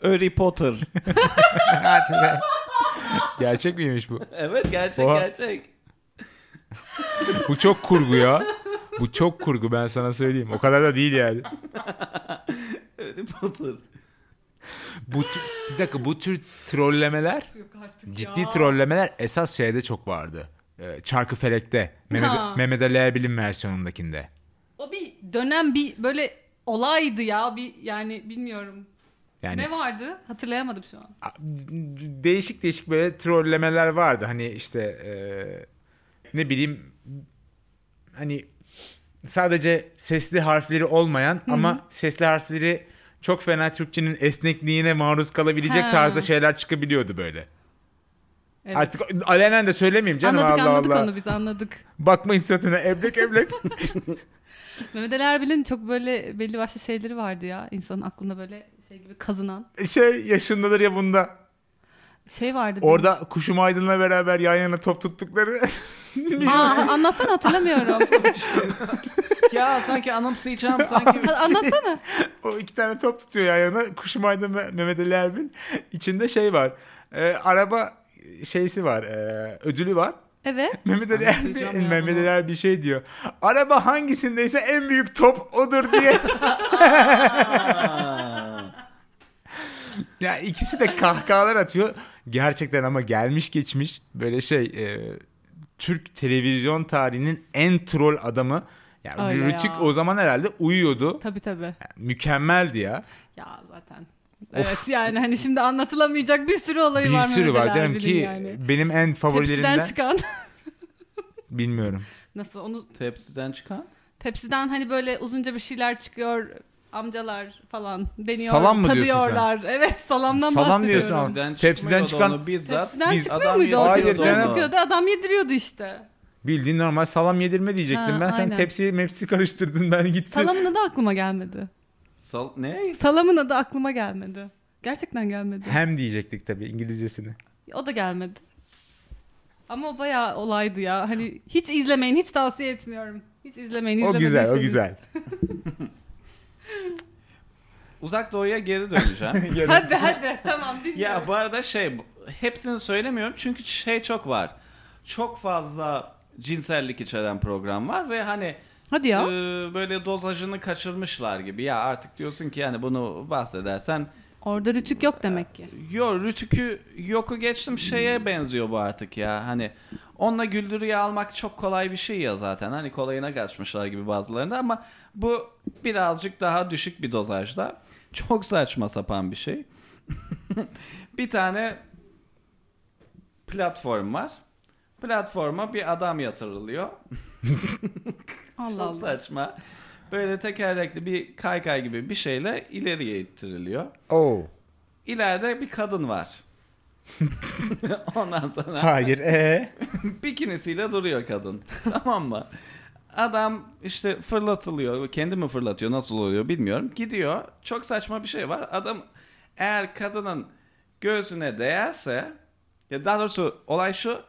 Harry Potter.
gerçek miymiş bu?
evet gerçek
Oha.
gerçek.
Bu çok kurgu ya. Bu çok kurgu ben sana söyleyeyim. O kadar da değil yani.
Harry Potter.
Bu tür- bir dakika bu tür trollemeler,
Yok artık
ciddi trollemeler esas şeyde çok vardı. Ee, Çarkı Felek'te. Mehmet,
Ha.
Mehmet Ali Erbil'in versiyonundakinde.
O bir dönem bir böyle olaydı ya. Bir yani bilmiyorum.
Yani
Ne vardı? Hatırlayamadım şu an.
a- değişik değişik böyle trollemeler vardı. Hani işte e, ne bileyim hani sadece sesli harfleri olmayan ama sesli harfleri çok fena Türkçenin esnekliğine maruz kalabilecek
Ha.
tarzda şeyler çıkabiliyordu böyle.
Evet.
Artık alenen de söylemeyeyim canım
anladık
Allah
anladık
Allah.
onu biz anladık.
Bakmayın suratına eblek eblek.
Mehmet Ali Erbil'in çok böyle belli başlı şeyleri vardı ya. İnsanın aklında böyle şey gibi kazınan
şey yaşındadır ya bunda.
şey vardı. benim.
Orada kuşum aydınla beraber yan yana top tuttukları.
Aa, anlatsana hatırlamıyorum.
ya sanki anımsayacağım sanki. şey.
Ha, anlatsana.
o iki tane top tutuyor yan yana. Kuşum aydın ve Mehmet Ali Erbil. İçinde şey var. Ee, araba şeysi var. ee, ödülü var.
Evet.
Mehmet Ali
Anlatacağım
Erbil,
ya
Mehmet Ali
bunu.
Erbil şey diyor. Araba hangisindeyse en büyük top odur diye.
Aa.
ya ikisi de kahkahalar atıyor. Gerçekten ama gelmiş geçmiş böyle şey e, Türk televizyon tarihinin en troll adamı. Ya
Öyle
Rütük
ya.
o zaman herhalde uyuyordu.
Tabii tabii.
Mükemmeldi ya.
Ya zaten. Evet yani hani şimdi anlatılamayacak bir sürü olayı
bir
var.
sürü
Mehmet Ali
var canım
Erbil'in
ki
yani.
benim en favorilerimden
Tepsiden çıkan.
bilmiyorum.
Nasıl onu
Tepsiden çıkan.
tepsiden hani böyle uzunca bir şeyler çıkıyor amcalar falan deniyor.
Salam mı diyorsun sen?
tadıyorlar. Evet salamdan
Salam
bahsediyorum.
diyorsun.
Tepsiden,
Tepsiden
çıkmıyordu
çıkan-
onu bizzat.
Tepsiden
Biz-
çıkmıyor
adam
muydu o?
Hayır
Tepsiden
canım.
çıkıyordu adam yediriyordu işte.
Bildiğin normal salam yedirme diyecektim
Ha,
ben. Sen
aynen.
tepsiyi mepsi karıştırdın ben gittim.
Salamın adı aklıma gelmedi.
Sal ne?
Salamın adı aklıma gelmedi. Gerçekten gelmedi.
Hem diyecektik tabii İngilizcesini.
O da gelmedi. Ama o bayağı olaydı ya. Hani hiç izlemeyin, hiç tavsiye etmiyorum. Hiç izlemeyin,
O
izlemeyin.
güzel o güzel.
Uzak doğuya geri döneceğim.
Hadi hadi tamam dinliyorum.
ya bu arada şey hepsini söylemiyorum çünkü şey çok var. Çok fazla cinsellik içeren program var ve hani
Hadi ya.
e, böyle dozajını kaçırmışlar gibi. Ya artık diyorsun ki yani bunu bahsedersen
Orada rütük yok demek ki.
Yo Rütük'ü yoku geçtim şeye benziyor bu artık ya. Hani onunla güldürüye almak çok kolay bir şey ya zaten. Hani kolayına kaçmışlar gibi bazılarında ama bu birazcık daha düşük bir dozajda. Çok saçma sapan bir şey. bir tane platform var. Platforma bir adam yatırılıyor.
Allah
Çok
Allah.
saçma. Böyle tekerlekli bir kaykay gibi bir şeyle ileriye ittiriliyor.
Oo.
İleride bir kadın var. Ondan sonra
Hayır ee?
bikinisiyle duruyor kadın. Tamam mı? Adam işte fırlatılıyor. Kendi mi fırlatıyor nasıl oluyor bilmiyorum. Gidiyor. Çok saçma bir şey var. Adam eğer kadının göğsüne değerse ya daha doğrusu olay şu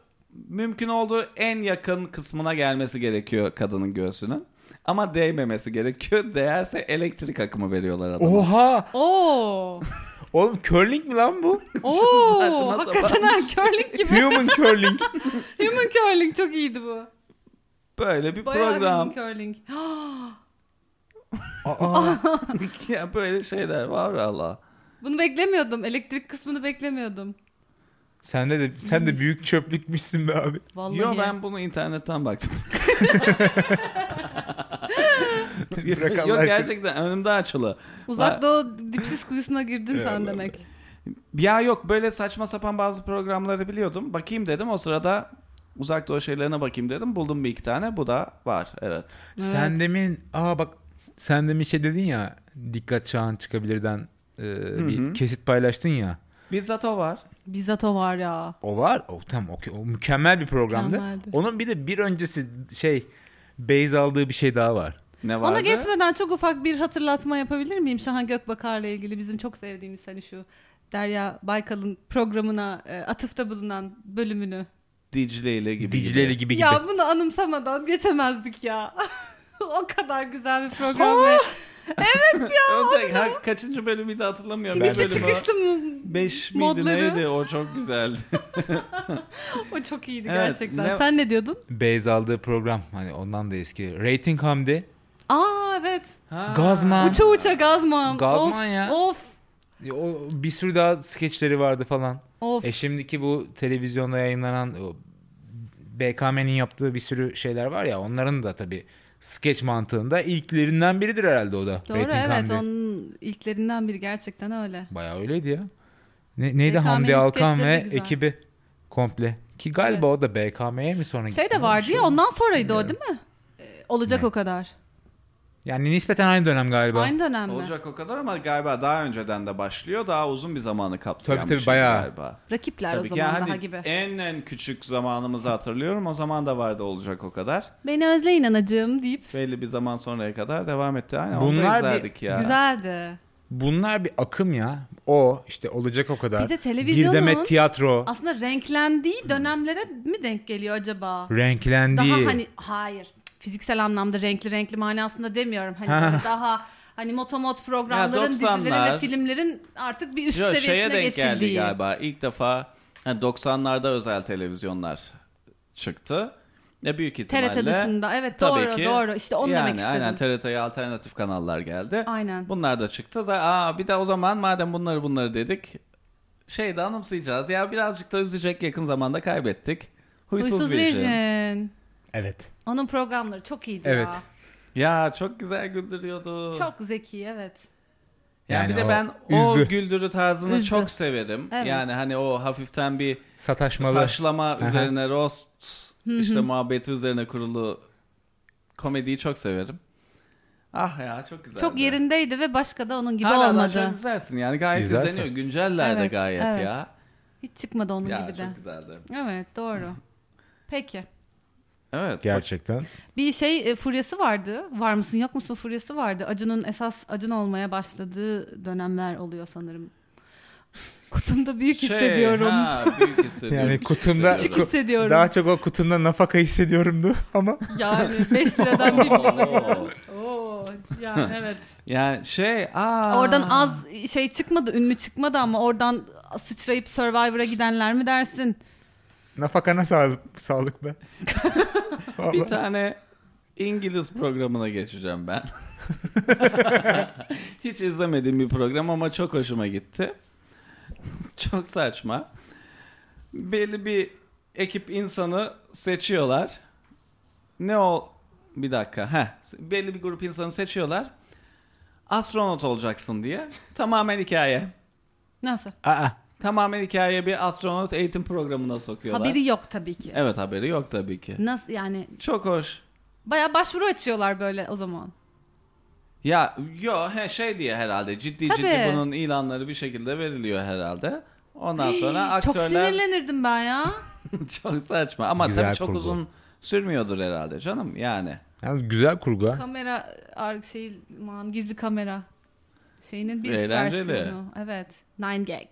mümkün olduğu en yakın kısmına gelmesi gerekiyor kadının göğsünün. Ama değmemesi gerekiyor. Değerse elektrik akımı veriyorlar adama.
Oha.
Oo.
Oğlum curling mi lan bu?
Oo.
saçma
Hakikaten
sapan.
ha, curling gibi.
Human curling.
Human curling çok iyiydi bu.
Böyle bir
Bayağı
program.
human curling. Ah.
Aa,
ya böyle şeyler var Allah.
Bunu beklemiyordum. Elektrik kısmını beklemiyordum.
sen de, de sen de büyük çöplükmüşsün be abi.
Vallahi.
Yo ben bunu internetten baktım.
Bırak Allah
Yok
aşkına.
gerçekten önümde açılı.
Uzak
Ba-
Doğu dipsiz kuyusuna girdin
Ya
sen
Allah
demek.
Ya yok böyle saçma sapan bazı programları biliyordum. Bakayım dedim o sırada uzak doğu şeylerine bakayım dedim. Buldum bir iki tane. Bu da var. Evet.
Sen demin aa bak sen demin şey dedin ya dikkat çağın çıkabilirden e, bir
hı.
kesit paylaştın ya.
Bizzat o var.
Bizzat o var ya.
O var. O tamam okey. O mükemmel bir programdı.
Mükemmeldi.
Onun bir de bir öncesi şey base aldığı bir şey daha var.
Ne vardı?
Ona geçmeden çok ufak bir hatırlatma yapabilir miyim Şahan Gökbakar'la ilgili bizim çok sevdiğimiz hani şu Derya Baykal'ın programına e, atıfta bulunan bölümünü.
Dicle ile gibi.
Dicle'li
gibi.
gibi gibi.
Ya bunu anımsamadan geçemezdik ya. o kadar güzel bir program ve
Öte- ha, kaçıncı bölümüydü hatırlamıyorum.
Ben
Bir
inişli
böyle
bölümü.
çıkışlı mı?
5 miydi
modları.
neydi o çok güzeldi.
O çok iyiydi
Evet,
gerçekten.
ne-
Sen ne diyordun?
Base aldığı program hani ondan da eski. Rating Hamdi.
Aa evet.
Ha.
Gazman.
Uça uça Gazman.
Gazman
Of,
ya.
Of.
O bir sürü daha skeçleri vardı falan.
Of.
E şimdiki bu televizyonda yayınlanan o BKM'nin yaptığı bir sürü şeyler var ya onların da tabii skeç mantığında ilklerinden biridir herhalde o da.
Doğru
Rating
evet
Hamdi.
onun ilklerinden biri gerçekten öyle.
Bayağı öyleydi ya. Ne, neydi
BKM'nin
Hamdi Alkan ve
skeçleri de güzel.
ekibi komple. Ki galiba o da BKM'ye mi sonra
Şey
gitti?
de vardı ya ondan sonraydı o değil mi? Ee, E, Olacak
Ne?
o kadar.
Yani nispeten aynı dönem galiba.
Aynı dönem mi?
Olacak o kadar ama galiba daha önceden de başlıyor. Daha uzun bir zamanı kapsayan
Tabii,
bir
tabii,
şey
bayağı.
galiba.
Rakipler
Tabii
o
ki.
zaman
Yani hani e-
daha gibi.
En en küçük zamanımızı hatırlıyorum. O zaman da vardı olacak o kadar.
Beni özleyin anacığım deyip.
Belli bir zaman sonraya kadar devam etti. Aynen onu da
Bunlar bir-
izlerdik ya.
Güzeldi.
Bunlar bir akım ya. O işte olacak o kadar.
Bir de televizyonun-
Girdemet tiyatro.
Aslında
Hmm.
renklendiği dönemlere mi denk geliyor acaba?
renklendiği.
Daha hani hayır fiziksel anlamda renkli renkli manasında demiyorum. Hani
Ha.
böyle daha hani motomot programların,
Ya,
dizilerin ve
90'lar
filmlerin artık bir üst
Yo, şeye
seviyesine
denk geldi
geçildiği.
galiba. İlk defa ha, 90'larda özel televizyonlar çıktı. Ya büyük ihtimalle.
TRT dışında evet
Tabii
doğru
ki.
doğru işte onu
yani,
demek istedim.
Aynen TRT'ye alternatif kanallar geldi.
Aynen.
Bunlar da çıktı. Z- Aa, bir de o zaman madem bunları bunları dedik şey de anımsayacağız. Ya birazcık da üzecek yakın zamanda kaybettik. Huysuz, şey.
Huysuz
Virgin.
Virgin.
Evet.
Onun programları çok iyiydi
Evet.
ya.
Ya çok güzel güldürüyordu.
Çok zeki evet.
Yani,
Yani
bir de
o
ben o
üzdü.
güldürü tarzını
Üzdü.
çok severim.
Evet.
Yani hani o hafiften bir
Sataşmalı.
taşlama
Aha.
üzerine roast işte muhabbeti üzerine kurulu komediyi çok severim. Ah ya çok güzel.
Çok yerindeydi ve başka da onun gibi
Hala
olmadı.
Hala çok güzelsin yani gayet
Güzelsin.
izleniyor. Güncellerde
Evet,
gayet
evet.
ya.
Hiç çıkmadı onun
Ya
gibi de.
çok güzeldi.
Evet doğru. Peki.
Evet.
Gerçekten.
Bir şey e, furyası vardı. Var mısın yok musun furyası vardı. Acun'un esas Acun olmaya başladığı dönemler oluyor sanırım. Kutumda büyük
Şey,
hissediyorum.
Ha, büyük hissediyorum.
Yani kutumda
Küçük
Hissediyorum.
hissediyorum.
daha çok o kutumda nafaka hissediyorumdu ama
Yani 5 liradan 1 milyon.
Oo.
Oo, yani evet.
Yani şey aa.
Oradan az şey çıkmadı, ünlü çıkmadı ama oradan sıçrayıp Survivor'a gidenler mi dersin?
nafakana sağlık, sağlık be.
Bir
Vallahi.
tane İngiliz programına geçeceğim ben. Hiç izlemediğim bir program ama çok hoşuma gitti. çok saçma. Belli bir ekip insanı seçiyorlar. Ne o bir dakika. Heh. Belli bir grup insanı seçiyorlar. Astronot olacaksın diye. Tamamen hikaye.
Nasıl?
Aa,
Tamamen hikaye bir astronot eğitim programına sokuyorlar.
Haberi yok tabii ki.
Evet haberi yok tabii ki.
Nasıl yani
Çok hoş.
bayağı başvuru açıyorlar böyle o zaman.
Ya yo he, şey diye herhalde ciddi ciddi
Tabii.
bunun ilanları bir şekilde veriliyor herhalde. Ondan
Hey,
sonra
Çok
aktörler
sinirlenirdim ben ya.
çok, saçma ama
Güzel
tabii çok
kurgu.
uzun sürmüyordur herhalde canım yani.
yani güzel kurgu. ha.
kamera ar- şey aman, gizli kamera şeyinin bir üst
Eğlenceli.
versiyonu. Evet. Nine Gag.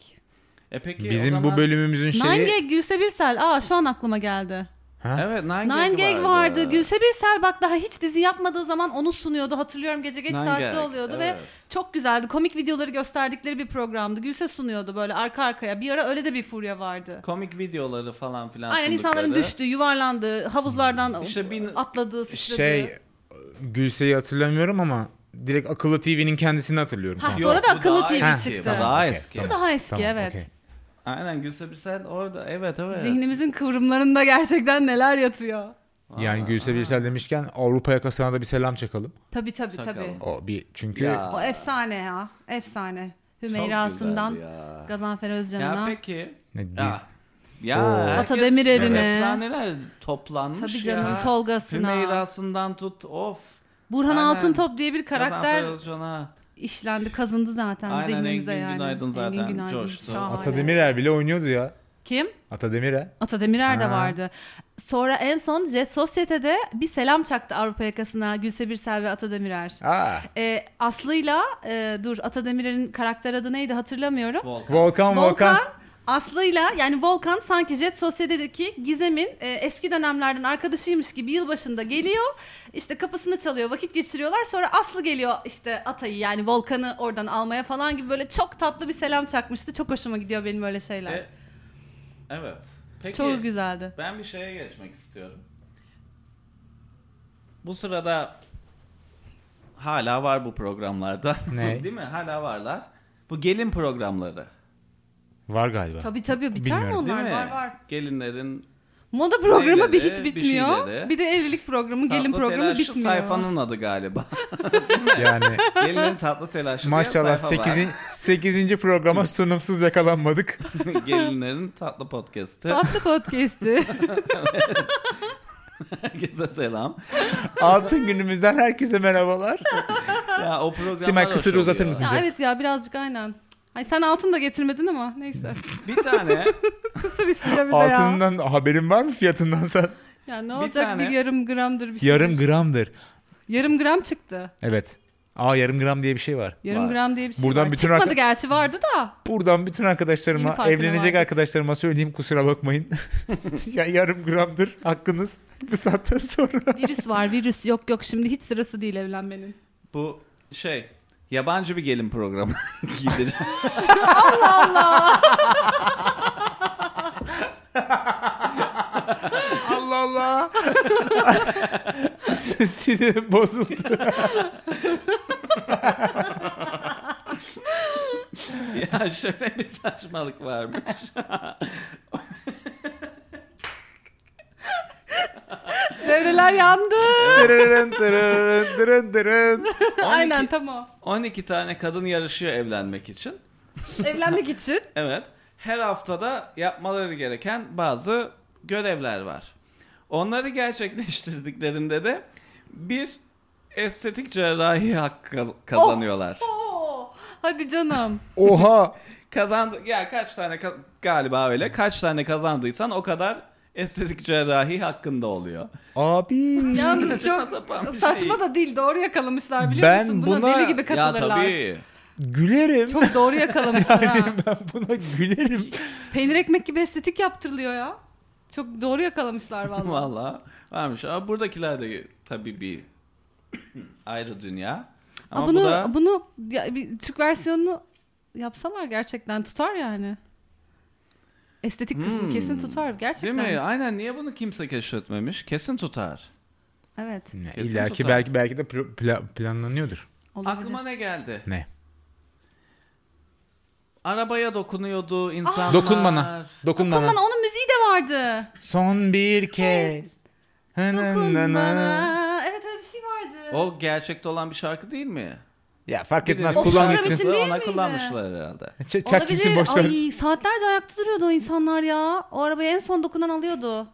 E peki
Bizim
o zaman...
bu bölümümüzün
Nine
şeyi
Gag Gülse Birsel. Aa şu an aklıma geldi.
ha?
Evet Nine,
Nine, Gag
vardı.
vardı. Gülse Birsel bak daha hiç dizi yapmadığı zaman onu sunuyordu. Hatırlıyorum gece geç
Nine
saatte
Gag,
oluyordu ve
evet.
çok güzeldi. Komik videoları gösterdikleri bir programdı. Gülse sunuyordu böyle arka arkaya. Bir ara öyle de bir furya vardı.
komik videoları falan filan
Aynen insanların
sundukları.
düştüğü, yuvarlandığı, havuzlardan
Hmm. İşte bir-
atladığı, sıçradığı.
şey Gülse'yi hatırlamıyorum ama direkt akıllı TV'nin kendisini hatırlıyorum.
Ha,
Tamam.
Sonra
Yok,
da
bu
akıllı
daha
TV
eski,
çıktı.
Bu daha
Tamam, okey,
eski.
tamam.
Bu daha eski
Tamam,
evet.
okey.
Aynen Gülse Birsel orada evet evet.
Zihnimizin kıvrımlarında gerçekten neler yatıyor.
Yani Gülse Birsel demişken Avrupa yakasına da bir selam çakalım.
Tabii tabii
Şaka
tabii.
mı?
O bir çünkü
Ya,
O efsane ya. Efsane.
çok
Hümeyra'sından
güzeldi ya.
Gazanfer
Ya
Özcan'ına.
peki.
ne, diz-
Ya. Ya
Oo.
herkes-
Ata Demirer'ine.
Efsaneler toplanmış
Tabii
ya.
canım Tolga'sına.
Hümeyra'sından tut of.
Burhan
Aynen.
Altıntop diye bir karakter
Gazanfer Özcan'a.
işlendi, kazındı zaten
Aynen,
zihnimize
Engin
yani.
Günaydın zaten,
Engin Günaydın,
coştu.
şahane.
Ata Demirer bile oynuyordu ya.
Kim?
Ata Demirer.
Ata Demirer de
Ha.
vardı. Sonra en son Jet Sosyete'de bir selam çaktı Avrupa yakasına Gülse Birsel ve Ata Demirer.
Aa,
Ee, Aslı'yla e, dur Ata Demirer'in karakter adı neydi hatırlamıyorum.
Volkan.
Volkan Volkan.
Volkan Aslı'yla yani Volkan sanki Jet Sosyete'deki Gizem'in e, eski dönemlerden arkadaşıymış gibi yılbaşında geliyor. İşte kapısını çalıyor, vakit geçiriyorlar. Sonra Aslı geliyor işte Atay'ı yani Volkan'ı oradan almaya falan gibi böyle çok tatlı bir selam çakmıştı. Çok hoşuma gidiyor benim öyle şeyler.
E, evet. Peki
çok güzeldi.
ben bir şeye geçmek istiyorum. Bu sırada hala var bu programlarda.
Ne?
Değil mi? Hala varlar. Bu gelin programları.
Var galiba.
Tabii tabii biter mi
Bilmiyorum,
Değil
onlar?
mi?
Var var.
Gelinlerin
Moda programı bir
Şeyleri,
hiç bitmiyor.
bir
Bir,
şeyleri.
de evlilik programı, gelin
tatlı
programı
telaşı
bitmiyor.
sayfanın adı galiba.
Yani
Gelinlerin tatlı telaşı diye
maşallah
sayfa
8. 8. programa sunumsuz yakalanmadık.
var. Gelinlerin tatlı podcastı.
Tatlı podcast'i.
Herkese selam.
Altın günümüzden herkese merhabalar.
Ya o programlar
Simay,
hoş
kısırı uzatır
oluyor.
mısın?
Ya
Sıcak.
evet ya birazcık aynen. Ay sen altın da getirmedin ama neyse.
Bir tane
Kısır istiyor bir de ya.
Altından haberin var mı fiyatından sen?
Ya ne
Bir
olacak bir,
tane.
yarım gramdır bir şey.
Yarım gramdır.
Yarım gram çıktı.
Evet. Aa yarım gram diye bir şey var.
Yarım
Var.
gram diye bir şey
Buradan
var.
bütün
Çıkmadı
arka-
gerçi vardı da.
Buradan bütün
Yeni
arkadaşlarıma,
farkına
evlenecek
vardım.
arkadaşlarıma söyleyeyim kusura bakmayın. ya yarım gramdır hakkınız bu saatten sonra.
Virüs var virüs yok yok şimdi hiç sırası değil evlenmenin.
bu şey yabancı bir gelin programı giydir.
Allah Allah. Sinirim bozuldu.
ya şöyle bir saçmalık varmış.
Devreler yandı.
Dırırın, dırırın, dırın, dırın.
12,
Aynen tam o.
12 tane kadın yarışıyor evlenmek için.
Evlenmek için.
Evet. Her haftada yapmaları gereken bazı görevler var. Onları gerçekleştirdiklerinde de bir estetik cerrahi hakkı kaz- kazanıyorlar.
Oh, Oo, hadi canım.
Oha.
Kazandı ya kaç tane ka- galiba öyle. Kaç tane kazandıysan o kadar estetik cerrahi hakkında oluyor.
Abi.
Yalnız
Saçma
çok
sapan bir
saçma
şey.
da değil doğru yakalamışlar biliyor
Ben
musun? Buna,
buna-
deli gibi
Ya
katılırlar.
tabii.
Gülerim.
Çok doğru yakalamışlar ha.
Yani Hani ben buna gülerim.
Peynir ekmek gibi estetik yaptırılıyor ya. Çok doğru yakalamışlar vallahi.
Valla varmış. Ama buradakiler de tabii bir ayrı dünya. Ama
Aa, bunu
bu da
bunu ya, bir Türk versiyonunu yapsalar gerçekten tutar yani. Estetik kısmı
Hmm.
kesin tutar
değil
gerçekten.
mi? Aynen niye bunu kimse keşfetmemiş? Kesin tutar.
Evet.
Kesin
İlla ki
tutar.
belki, belki de pl- pla- planlanıyordur.
Olabilir.
Aklıma ne geldi?
Ne?
Arabaya dokunuyordu
Ah!
insanlar.
Dokun bana. Dokun
Dokunma
bana.
lan, onun müziği de vardı.
Son bir kez. Hı nı nı
Dokun
nı.
bana. Evet öyle bir şey vardı.
O gerçekte olan bir şarkı değil mi?
Ya fark etmez
Birileri
kullan
Okçular
gitsin.
için değil
Ona
miydi?
kullanmışlar herhalde.
Ç- çak gitsin
Olabilir.
boş ver.
Ay saatlerce ayakta duruyordu o insanlar ya. O arabayı en son dokunan alıyordu.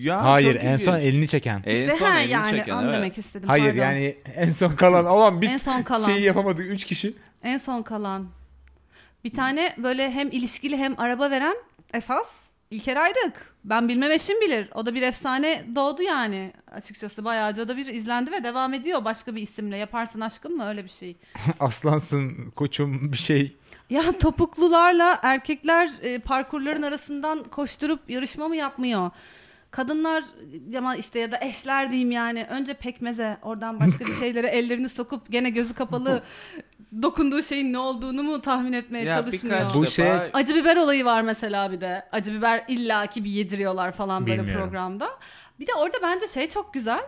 Ya,
Hayır
çok
en son e-
ilginç. E,
elini çeken.
en
işte
son
ha
elini
yani
çeken,
onu
evet.
demek istedim.
Hayır
pardon.
yani en son kalan. Olan bir
En son kalan.
şeyi yapamadık. Üç kişi.
En son kalan. Bir tane böyle hem ilişkili hem araba veren esas İlker Ayrık. Ben bilmem eşim bilir. O da bir efsane doğdu yani. Açıkçası bayağıca da bir izlendi ve devam ediyor başka bir isimle. Yaparsın aşkım mı öyle bir şey.
Aslansın koçum bir şey.
Ya topuklularla erkekler e, parkurların arasından koşturup yarışma mı yapmıyor? Kadınlar e, ama işte ya da eşler diyeyim yani önce pekmeze oradan başka bir şeylere ellerini sokup gene gözü kapalı dokunduğu şeyin ne olduğunu mu tahmin etmeye
Ya
çalışmıyor?
birkaç
Bu
defa
şey-
Acı biber olayı var mesela bir de. Acı biber illaki bir yediriyorlar falan böyle
Bilmiyorum.
programda. Bir de orada bence şey çok güzel.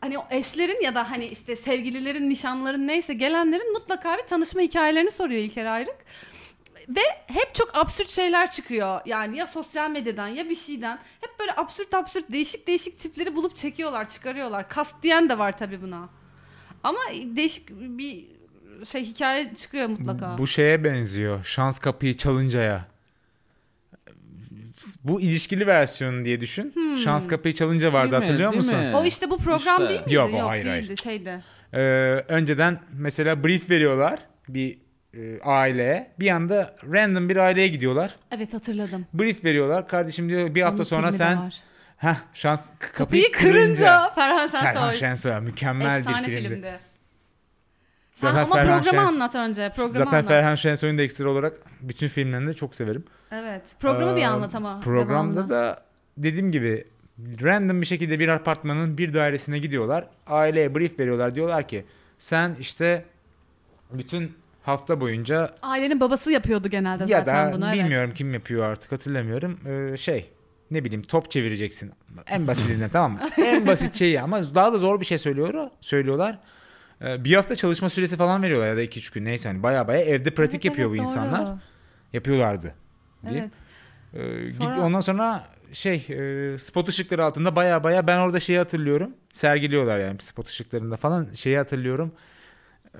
Hani o eşlerin ya da hani işte sevgililerin, nişanların neyse gelenlerin mutlaka bir tanışma hikayelerini soruyor İlker Ayrık. Ve hep çok absürt şeyler çıkıyor. Yani ya sosyal medyadan ya bir şeyden. Hep böyle absürt absürt değişik değişik tipleri bulup çekiyorlar, çıkarıyorlar. Kast diyen de var tabii buna. Ama değişik bir şey hikaye çıkıyor mutlaka.
Bu şeye benziyor. Şans kapıyı çalıncaya. Bu ilişkili versiyonu diye düşün.
Hmm.
Şans kapıyı çalınca vardı
Değil mi,
hatırlıyor
değil
musun?
mi?
O işte bu program
İşte.
değil miydi?
Yok, o hayır, hayır.
değildi, Şeydi.
Ee, önceden mesela brief veriyorlar bir e, aileye. Bir anda random bir aileye gidiyorlar.
Evet hatırladım.
Brief veriyorlar. Kardeşim diyor bir hafta
Onun
sonra
filmi de
sen
var.
Heh, şans k- kapıyı,
kapıyı kırınca Ferhan Şensoy.
Ferhan Şensoy mükemmel
Efsane
bir filmdi.
filmdi. Sen
Zaten
ama
Ferhan
programı
Şensoy-
anlat önce. Programı
Zaten
anlat.
Ferhan Şensoy'un da ekstra olarak bütün filmlerini de çok severim.
Evet. Programı bir
Ee,
anlat ama.
Programda
devamlı.
da dediğim gibi random bir şekilde bir apartmanın bir dairesine gidiyorlar. Aileye brief veriyorlar. Diyorlar ki sen işte bütün hafta boyunca
Ailenin babası yapıyordu genelde
ya
zaten
da
bunu. evet.
bilmiyorum kim yapıyor artık hatırlamıyorum. Ee, şey ne bileyim top çevireceksin. En basitinden tamam mı? En basit şeyi ama daha da zor bir şey söylüyor söylüyorlar. Ee, bir hafta çalışma süresi falan veriyorlar ya da iki üç gün neyse hani baya baya evde pratik
Evet,
yapıyor
evet,
bu
doğru.
insanlar. Yapıyorlardı. diye.
Evet.
Ee, gid-
Sonra-
ondan sonra şey e, spot ışıkları altında baya baya ben orada şeyi hatırlıyorum. Sergiliyorlar yani spot ışıklarında falan şeyi hatırlıyorum. Ee,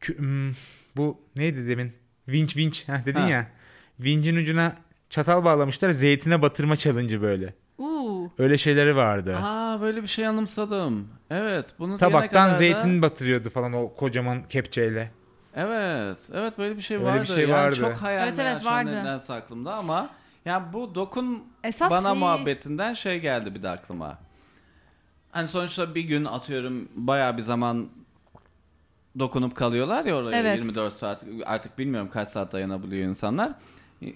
kü- hmm, bu neydi demin? Vinç vinç Heh, dedin
Ha.
ya. Vincin ucuna çatal bağlamışlar zeytine batırma challenge'ı böyle.
Uuu. Ooh.
Öyle şeyleri vardı.
Aa böyle bir şey anımsadım. Evet bunu diyene
Tabaktan
kadar da-
zeytin batırıyordu falan o kocaman kepçeyle.
Evet. Evet böyle bir şey
Öyle bir
vardı.
şey
Yani
vardı.
çok hayal
Evet, evet,
meyal şu an
vardı.
nedense aklımda ama ya bu dokun
Esas
bana
şey-
muhabbetinden şey geldi bir de aklıma. Hani sonuçta bir gün atıyorum bayağı bir zaman dokunup kalıyorlar ya oraya
Evet.
24 saat artık bilmiyorum kaç saat dayanabiliyor insanlar.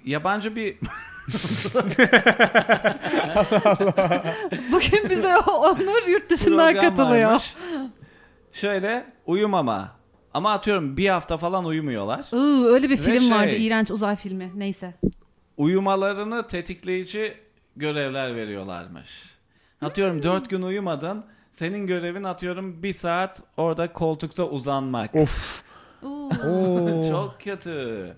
Yabancı bir
Bugün bize Onur yurt dışından
program
katılıyor.
varmış. Şöyle uyumama. Ama atıyorum bir hafta falan uyumuyorlar.
Iı, öyle bir
Ve
film vardı.
şey-
iğrenç uzay filmi. Neyse.
uyumalarını tetikleyici görevler veriyorlarmış. Atıyorum 4 gün uyumadın. Senin görevin atıyorum bir saat orada koltukta uzanmak.
Of.
Oo,
Oo.
Çok kötü.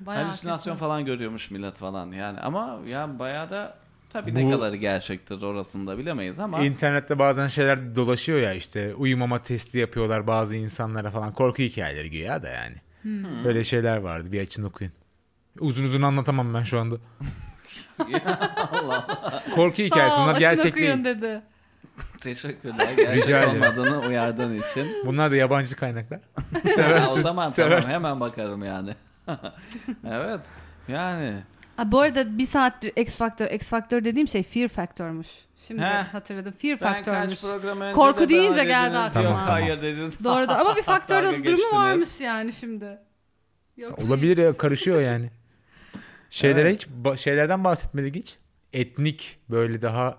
bayağı
Halüsinasyon
kötü.
falan görüyormuş millet falan yani. Ama yani bayağı da tabii
Bu-
ne kadarı gerçektir orasını da bilemeyiz ama.
İnternette bazen şeyler dolaşıyor ya işte uyumama testi yapıyorlar bazı insanlara falan korku hikayeleri güya da yani.
Hmm.
Böyle şeyler vardı bir açın okuyun. Uzun uzun anlatamam ben şu anda.
Allah
Korku hikayesi
Sağ ol,
bunlar
açın
gerçek
okuyun
değil.
dedi.
teşekkürler. Gerçek
Rica ederim.
olmadığını uyardığın için.
Bunlar da yabancı kaynaklar.
Seversin,
Seversin.
o zaman
seversin.
tamam hemen bakarım yani. evet yani.
Aa, bu arada bir saattir X Factor. X Factor dediğim şey Fear Factor'muş. Şimdi
Heh.
hatırladım. Fear
Ben kaç
Factor'muş.
program önce
Korku
de
deyince
bana
geldi
dediniz,
aklıma.
Yok
Tamam,
hayır dediniz.
Doğru da- ama bir faktör
Dalga
durumu
geçtiniz.
varmış yani şimdi. Yok.
Olabilir ya karışıyor yani. Şeylere hiç ba- şeylerden bahsetmedik hiç. Etnik böyle daha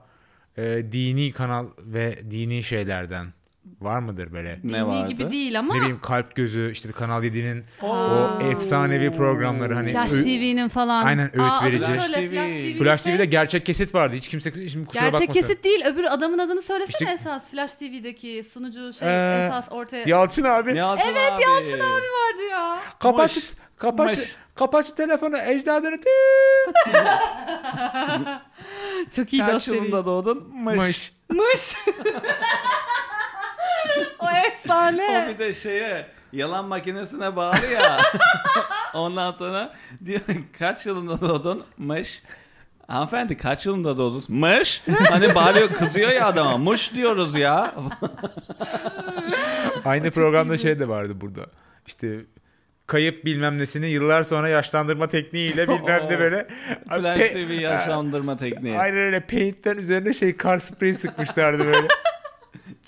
e, dini kanal ve dini şeylerden var mıdır böyle?
Ne
Dini
vardı?
gibi değil ama
Ne bileyim kalp gözü işte Kanal 7'nin o
Aa.
efsanevi programları hani
Flash
ö-
TV'nin falan.
Aynen, öğüt
Aa, adını
verici.
Flash TV.
söyle, Flash TV'de
Flash
şey-
TV'de gerçek kesit vardı. Hiç kimse şimdi kusura
Gerçek
bakmasın.
kesit değil öbür adamın adını söylesene
İşte-
esas Flash TV'deki sunucu şey
Ee,
esas ortaya
Yalçın abi
Yalçın evet abi. Yalçın abi.
vardı ya.
kapat
Mış,
şu- kapat şu-
mış.
kapat şu telefonu ecdadını tüüü.
Çok iyi
Kaç yılında doğdun? Mış.
Mış.
Mış. o
O
efsane.
bir de şeye yalan makinesine bağlı ya. Ondan sonra diyor kaç yılında doğdun? Mış. Hanımefendi kaç yılında doğdunuz? Mış. Hani bağırıyor kızıyor ya adama. Mış diyoruz ya.
Aynı programda şey de vardı burada. İşte kayıp bilmem nesini yıllar sonra yaşlandırma tekniğiyle bilmem ne
Oo.
böyle.
Flash
Pe-
TV yaşlandırma tekniği.
Aynen öyle paint'ten üzerine şey kar spreyi sıkmışlardı böyle.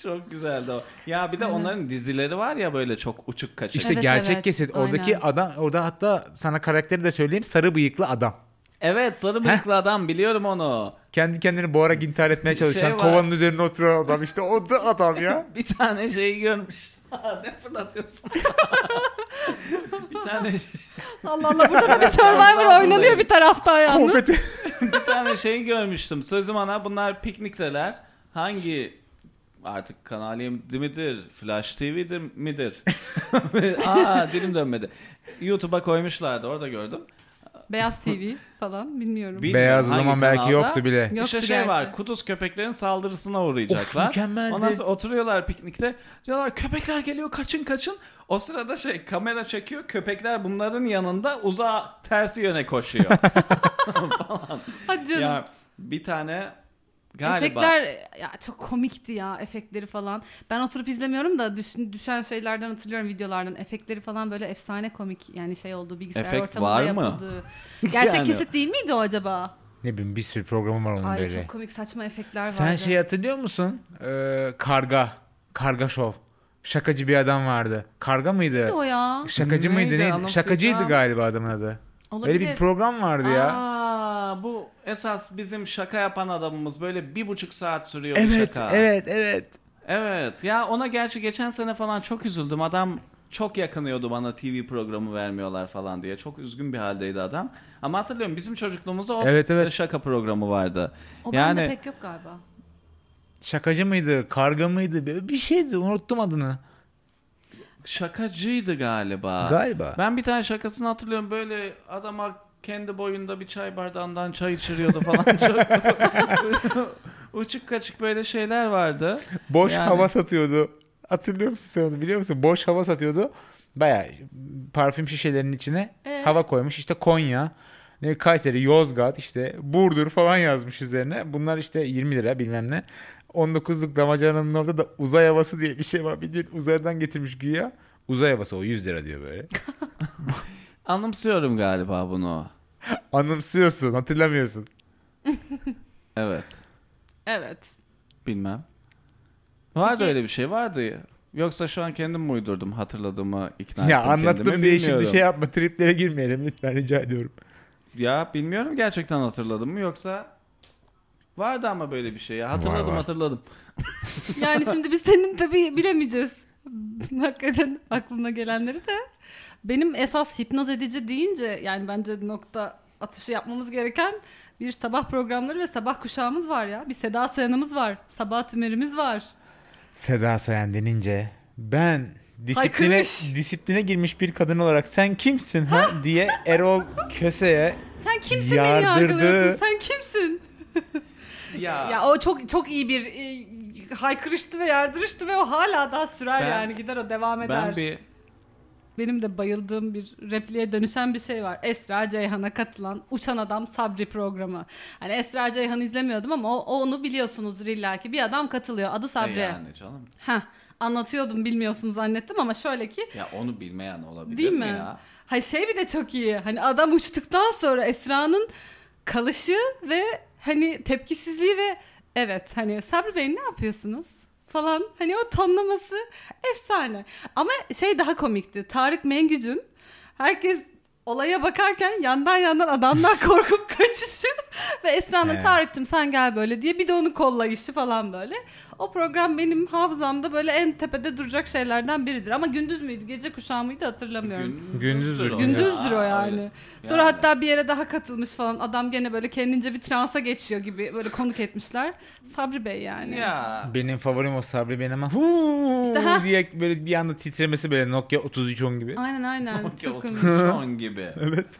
Çok güzeldi o. Ya bir de onların dizileri var ya böyle çok uçuk kaçık.
İşte
Evet,
gerçek
evet.
kesit. Oradaki
Aynen.
adam orada hatta sana karakteri de söyleyeyim sarı bıyıklı adam.
Evet sarı bıyıklı adam biliyorum onu.
Kendi kendini boğarak intihar etmeye çalışan
Şey var.
kovanın üzerine oturan adam işte o da adam ya.
Bir tane şeyi görmüş. ne fırlatıyorsun? bir tane şey-
Allah Allah burada da bir Survivor oynanıyor bir tarafta yalnız.
Konfeti.
bir tane şeyi görmüştüm. Sözüm ana bunlar piknikteler. Hangi artık Kanal Yedi midir? Flash TV'dir midir? Aa dilim dönmedi. YouTube'a koymuşlardı orada gördüm.
Beyaz TV falan bilmiyorum.
Bil-
Beyaz o
Hangi
zaman belki
kanalda?
yoktu bile.
Yoktu
işte şey var.
gerçi.
Kuduz köpeklerin saldırısına uğrayacaklar.
Of, mükemmeldi.
Ondan sonra oturuyorlar piknikte. Diyorlar köpekler geliyor kaçın kaçın. O sırada şey kamera çekiyor. Köpekler bunların yanında uzağa tersi yöne koşuyor.
Hadi canım.
ya bir tane galiba.
Efektler ya çok komikti ya efektleri falan. Ben oturup izlemiyorum da düş- düşen şeylerden hatırlıyorum videolardan. Efektleri falan böyle efsane komik yani şey oldu bilgisayar
Efekt
ortamında
var mı?
yapıldı. Gerçek
Yani-
kesit değil miydi o acaba?
Ne bileyim bir sürü programı var onun
Ay
böyle.
çok komik saçma efektler
Sen
vardı.
şey hatırlıyor musun? Ee, karga. Karga şov. Şakacı bir adam vardı. Karga mıydı?
Neydi o ya?
Şakacı mıydı
Neydi,
neydi?
anımsayacağım.
Şakacıydı galiba adamın adı.
Olabilir.
Öyle bir program vardı ya.
Aa, bu esas bizim şaka yapan adamımız böyle bir buçuk saat sürüyor bir
Evet,
şaka.
evet, evet.
Evet. Ya ona gerçi geçen sene falan çok üzüldüm. Adam çok yakınıyordu bana TV programı vermiyorlar falan diye. Çok üzgün bir haldeydi adam. Ama hatırlıyorum bizim çocukluğumuzda o
Evet, evet.
şaka programı vardı.
o
yani
bende pek yok galiba.
Şakacı mıydı? Karga mıydı? Bir- Bir şeydi. Unuttum adını.
şakacıydı galiba.
Galiba.
Ben bir tane şakasını hatırlıyorum. Böyle adama kendi boyunda bir çay bardağından çay içiriyordu falan. çok uçuk kaçık böyle şeyler vardı.
Boş
Yani.
hava satıyordu. Hatırlıyor musun sen onu biliyor musun? Boş hava satıyordu. Baya parfüm şişelerinin içine
Ee?
hava koymuş. İşte Konya, e, Kayseri, Yozgat işte Burdur falan yazmış üzerine. Bunlar işte 20 lira bilmem ne. 19'luk damacananın orada da uzay havası diye bir şey var. Bildiğin uzaydan getirmiş güya. Uzay havası o 100 lira diyor böyle.
Anımsıyorum galiba bunu.
Anımsıyorsun hatırlamıyorsun.
Evet.
Evet.
Bilmem. Vardı
Peki-
öyle bir şey vardı. ya. Yoksa şu an kendim mi uydurdum hatırladığımı ikna
ya
ettim
anlattım
kendimi,
diye
bilmiyorum.
şimdi şey yapma triplere girmeyelim lütfen rica ediyorum.
şey-
Ya bilmiyorum gerçekten hatırladım mı yoksa vardı ama böyle bir şey ya hatırladım
Var, var.
hatırladım.
Yani şimdi biz senin tabii bilemeyeceğiz. Hakikaten aklına gelenleri de. Benim esas hipnoz edici deyince yani bence nokta atışı yapmamız gereken bir sabah programları ve sabah kuşağımız var ya. Bir Seda Sayan'ımız var. Sabah Tümer'imiz var.
Seda Sayan denince ben disipline
Haykırmış.
disipline girmiş bir kadın olarak sen kimsin ha diye Erol Köse'ye
Sen kimsin beni
Yardırdı.
yargılıyorsun? Sen kimsin?
Ya,
Ya o çok çok iyi bir e, haykırıştı ve yardırıştı ve o hala daha sürer
Ben-
yani gider o devam eder.
ben bir
Benim de bayıldığım bir repliğe dönüşen bir şey var. Esra Ceyhan'a katılan Uçan Adam Sabri programı. Hani Esra Ceyhan'ı izlemiyordum ama o, onu biliyorsunuzdur illa ki. Bir adam katılıyor adı Sabri.
E yani canım.
Heh, anlatıyordum bilmiyorsunuz zannettim ama şöyle ki
Ya onu bilmeyen olabilir
Değil mi?
ya?
Hay şey bir de çok iyi. Hani adam uçtuktan sonra Esra'nın kalışı ve hani tepkisizliği ve evet hani Sabri Bey ne yapıyorsunuz? falan. Hani o tonlaması efsane. Ama şey daha komikti. Tarık Mengücün herkes olaya bakarken yandan yandan adamdan korkup kaçışı ve Esra'nın
He.
Tarık'cığım sen gel böyle diye bir de onu kollayışı falan böyle. O program benim hafızamda böyle en tepede duracak şeylerden biridir. Ama gündüz müydü gece kuşağı mıydı hatırlamıyorum.
Gündüzdür o
Gündüzdür o yani.
öyle.
Sonra
Yani.
hatta bir yere daha katılmış falan. Adam gene böyle kendince bir transa geçiyor gibi böyle konuk etmişler. Sabri Bey yani.
Ya.
benim favorim o Sabri benim ama "Huu"
İşte ha.
diye böyle bir anda titremesi böyle Nokia 3310 gibi.
Aynen aynen. Çok komik.
Şon gibi.
Evet.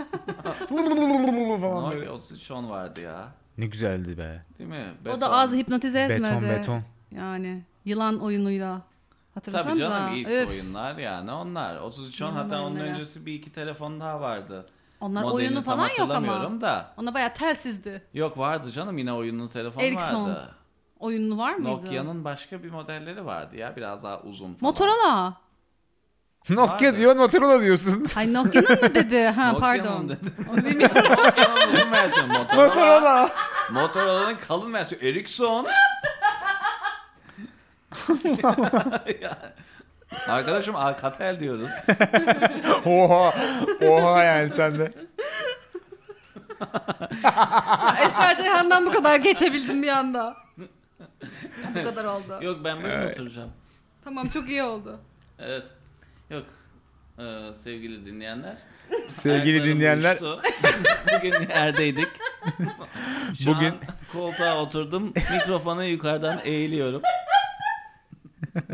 falan böyle.
Nokia 33 şon vardı ya.
Ne güzeldi be.
Değil mi?
O da az hipnotize etmedi.
Beton beton.
Yani yılan oyunuyla.
Tabii
Hatırlasanız
canım ilk oyunlar yani onlar. 33 şon
İnanın
hatta onun
oyunlara.
öncesi bir iki telefon daha vardı.
Onlar
Modelini
oyunu
tam
falan yok ama.
hatırlamıyorum da.
Ona bayağı telsizdi.
Yok vardı canım yine oyunlu telefon
Ericsson
vardı.
Oyunlu var mıydı?
Nokia'nın başka bir modelleri vardı ya biraz daha uzun falan.
Motorola.
Nokia
Vardı.
diyor Motorola diyorsun.
Ay Nokia'nın mı dedi? Ha
Nokia'nın
pardon.
dedi.
Onu bilmiyorum.
Nokia'nın uzun versiyonu Motorola.
Motorola.
Motorola'nın kalın versiyonu Ericsson. Ya, Arkadaşım Alcatel diyoruz.
Oha. Oha yani sen de.
Esra Ceyhan'dan bu kadar geçebildim bir anda. bu kadar oldu.
Yok ben böyle oturacağım.
Tamam çok iyi oldu.
Evet. Yok. Ee, sevgili dinleyenler.
Sevgili
ayaklarım
dinleyenler
uyuştu. Bugün yerdeydik. Şu
Bugün-
an koltuğa oturdum. Mikrofona yukarıdan eğiliyorum. Bizim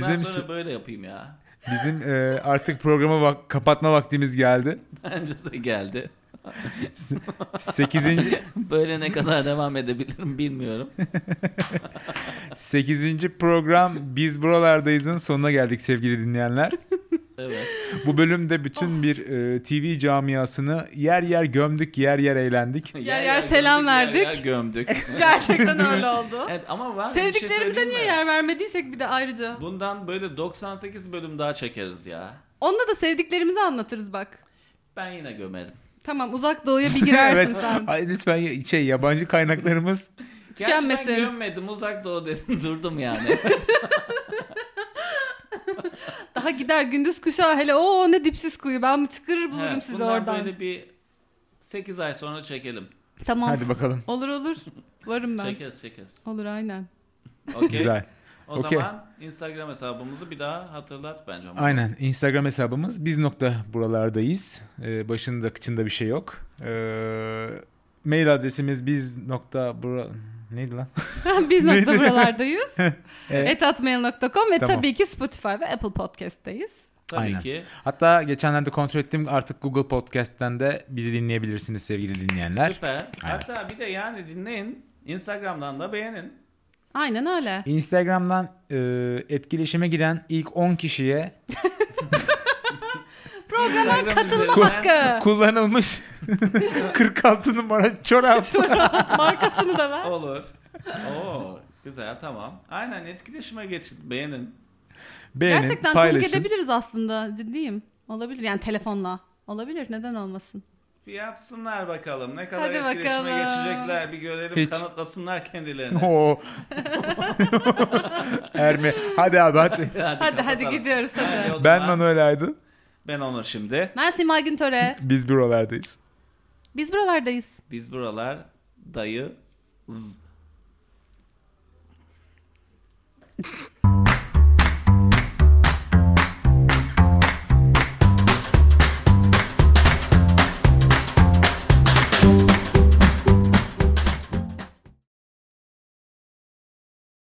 bizim
Bundan sonra böyle yapayım ya.
bizim e, artık programı vak- kapatma vaktimiz geldi.
Bence de geldi.
8.
Böyle ne kadar devam edebilirim bilmiyorum.
8. program Biz Buralardayız'ın sonuna geldik sevgili dinleyenler.
Evet.
Bu bölümde bütün bir e, TV camiasını yer yer gömdük, yer yer eğlendik.
yer selam
gömdük, Yer, yer
verdik.
gömdük.
Gerçekten öyle oldu.
evet ama var ya, bir şey
Sevdiklerimize
söyleyeyim
niye
mi?
yer vermediysek bir de ayrıca.
Bundan böyle 98 bölüm daha çekeriz ya.
Onda da sevdiklerimizi anlatırız bak.
Ben yine gömerim.
Tamam uzak doğuya bir girersin sen.
Ay, lütfen şey yabancı kaynaklarımız
Gerçi
Tükenmesin.
ben gömmedim uzak doğu dedim durdum yani.
Daha gider gündüz kuşağı hele o ne dipsiz kuyu ben mi çıkarır bulurum
Evet,
sizi
bundan
oradan.
böyle bir 8 ay sonra çekelim.
Tamam
Hadi bakalım.
olur olur varım ben.
Çekeriz çekeriz.
Olur aynen.
Okey.
Güzel.
O
Okey.
zaman Instagram hesabımızı bir daha hatırlat bence. ama.
Aynen. Instagram hesabımız biz nokta buralardayız. Ee, başında kıçında bir şey yok. Ee, mail adresimiz biz nokta bura... Neydi lan? E,
Biz
Neydi?
nokta buralardayız.
Evet.
Etatmail.com ve
Tamam.
tabii ki Spotify ve Apple Podcast'teyiz.
Tabii
Aynen.
ki.
Hatta geçenlerde kontrol ettim artık Google Podcast'ten de bizi dinleyebilirsiniz sevgili dinleyenler.
Süper. Hatta bir de yani dinleyin. Instagram'dan da beğenin.
Aynen öyle.
Instagram'dan e, etkileşime giren ilk 10 kişiye
Programa
Instagram
katılma
üzerinden.
hakkı.
Kullanılmış 46 numara çorap.
Markasını da ver.
Olur. Oo, güzel tamam. Aynen etkileşime geçin. Beğenin.
Beğenin,
Gerçekten konuk
paylaşın.
edebiliriz aslında ciddiyim. Olabilir yani telefonla. Olabilir neden olmasın.
Bir yapsınlar bakalım. Ne kadar
Hadi
etkileşime
bakalım.
geçecekler bir görelim.
Hiç.
Kanıtlasınlar kendilerini.
Oo. Ermi. Hadi abi hadi.
Hadi hadi
kapatalım.
gidiyoruz hadi.
Hadi o
Ben
zaman.
Manuel Aydın.
Ben Onur şimdi.
Ben Simay Güntöre.
Biz buralardayız.
Biz buralardayız.
Biz buralar dayı z-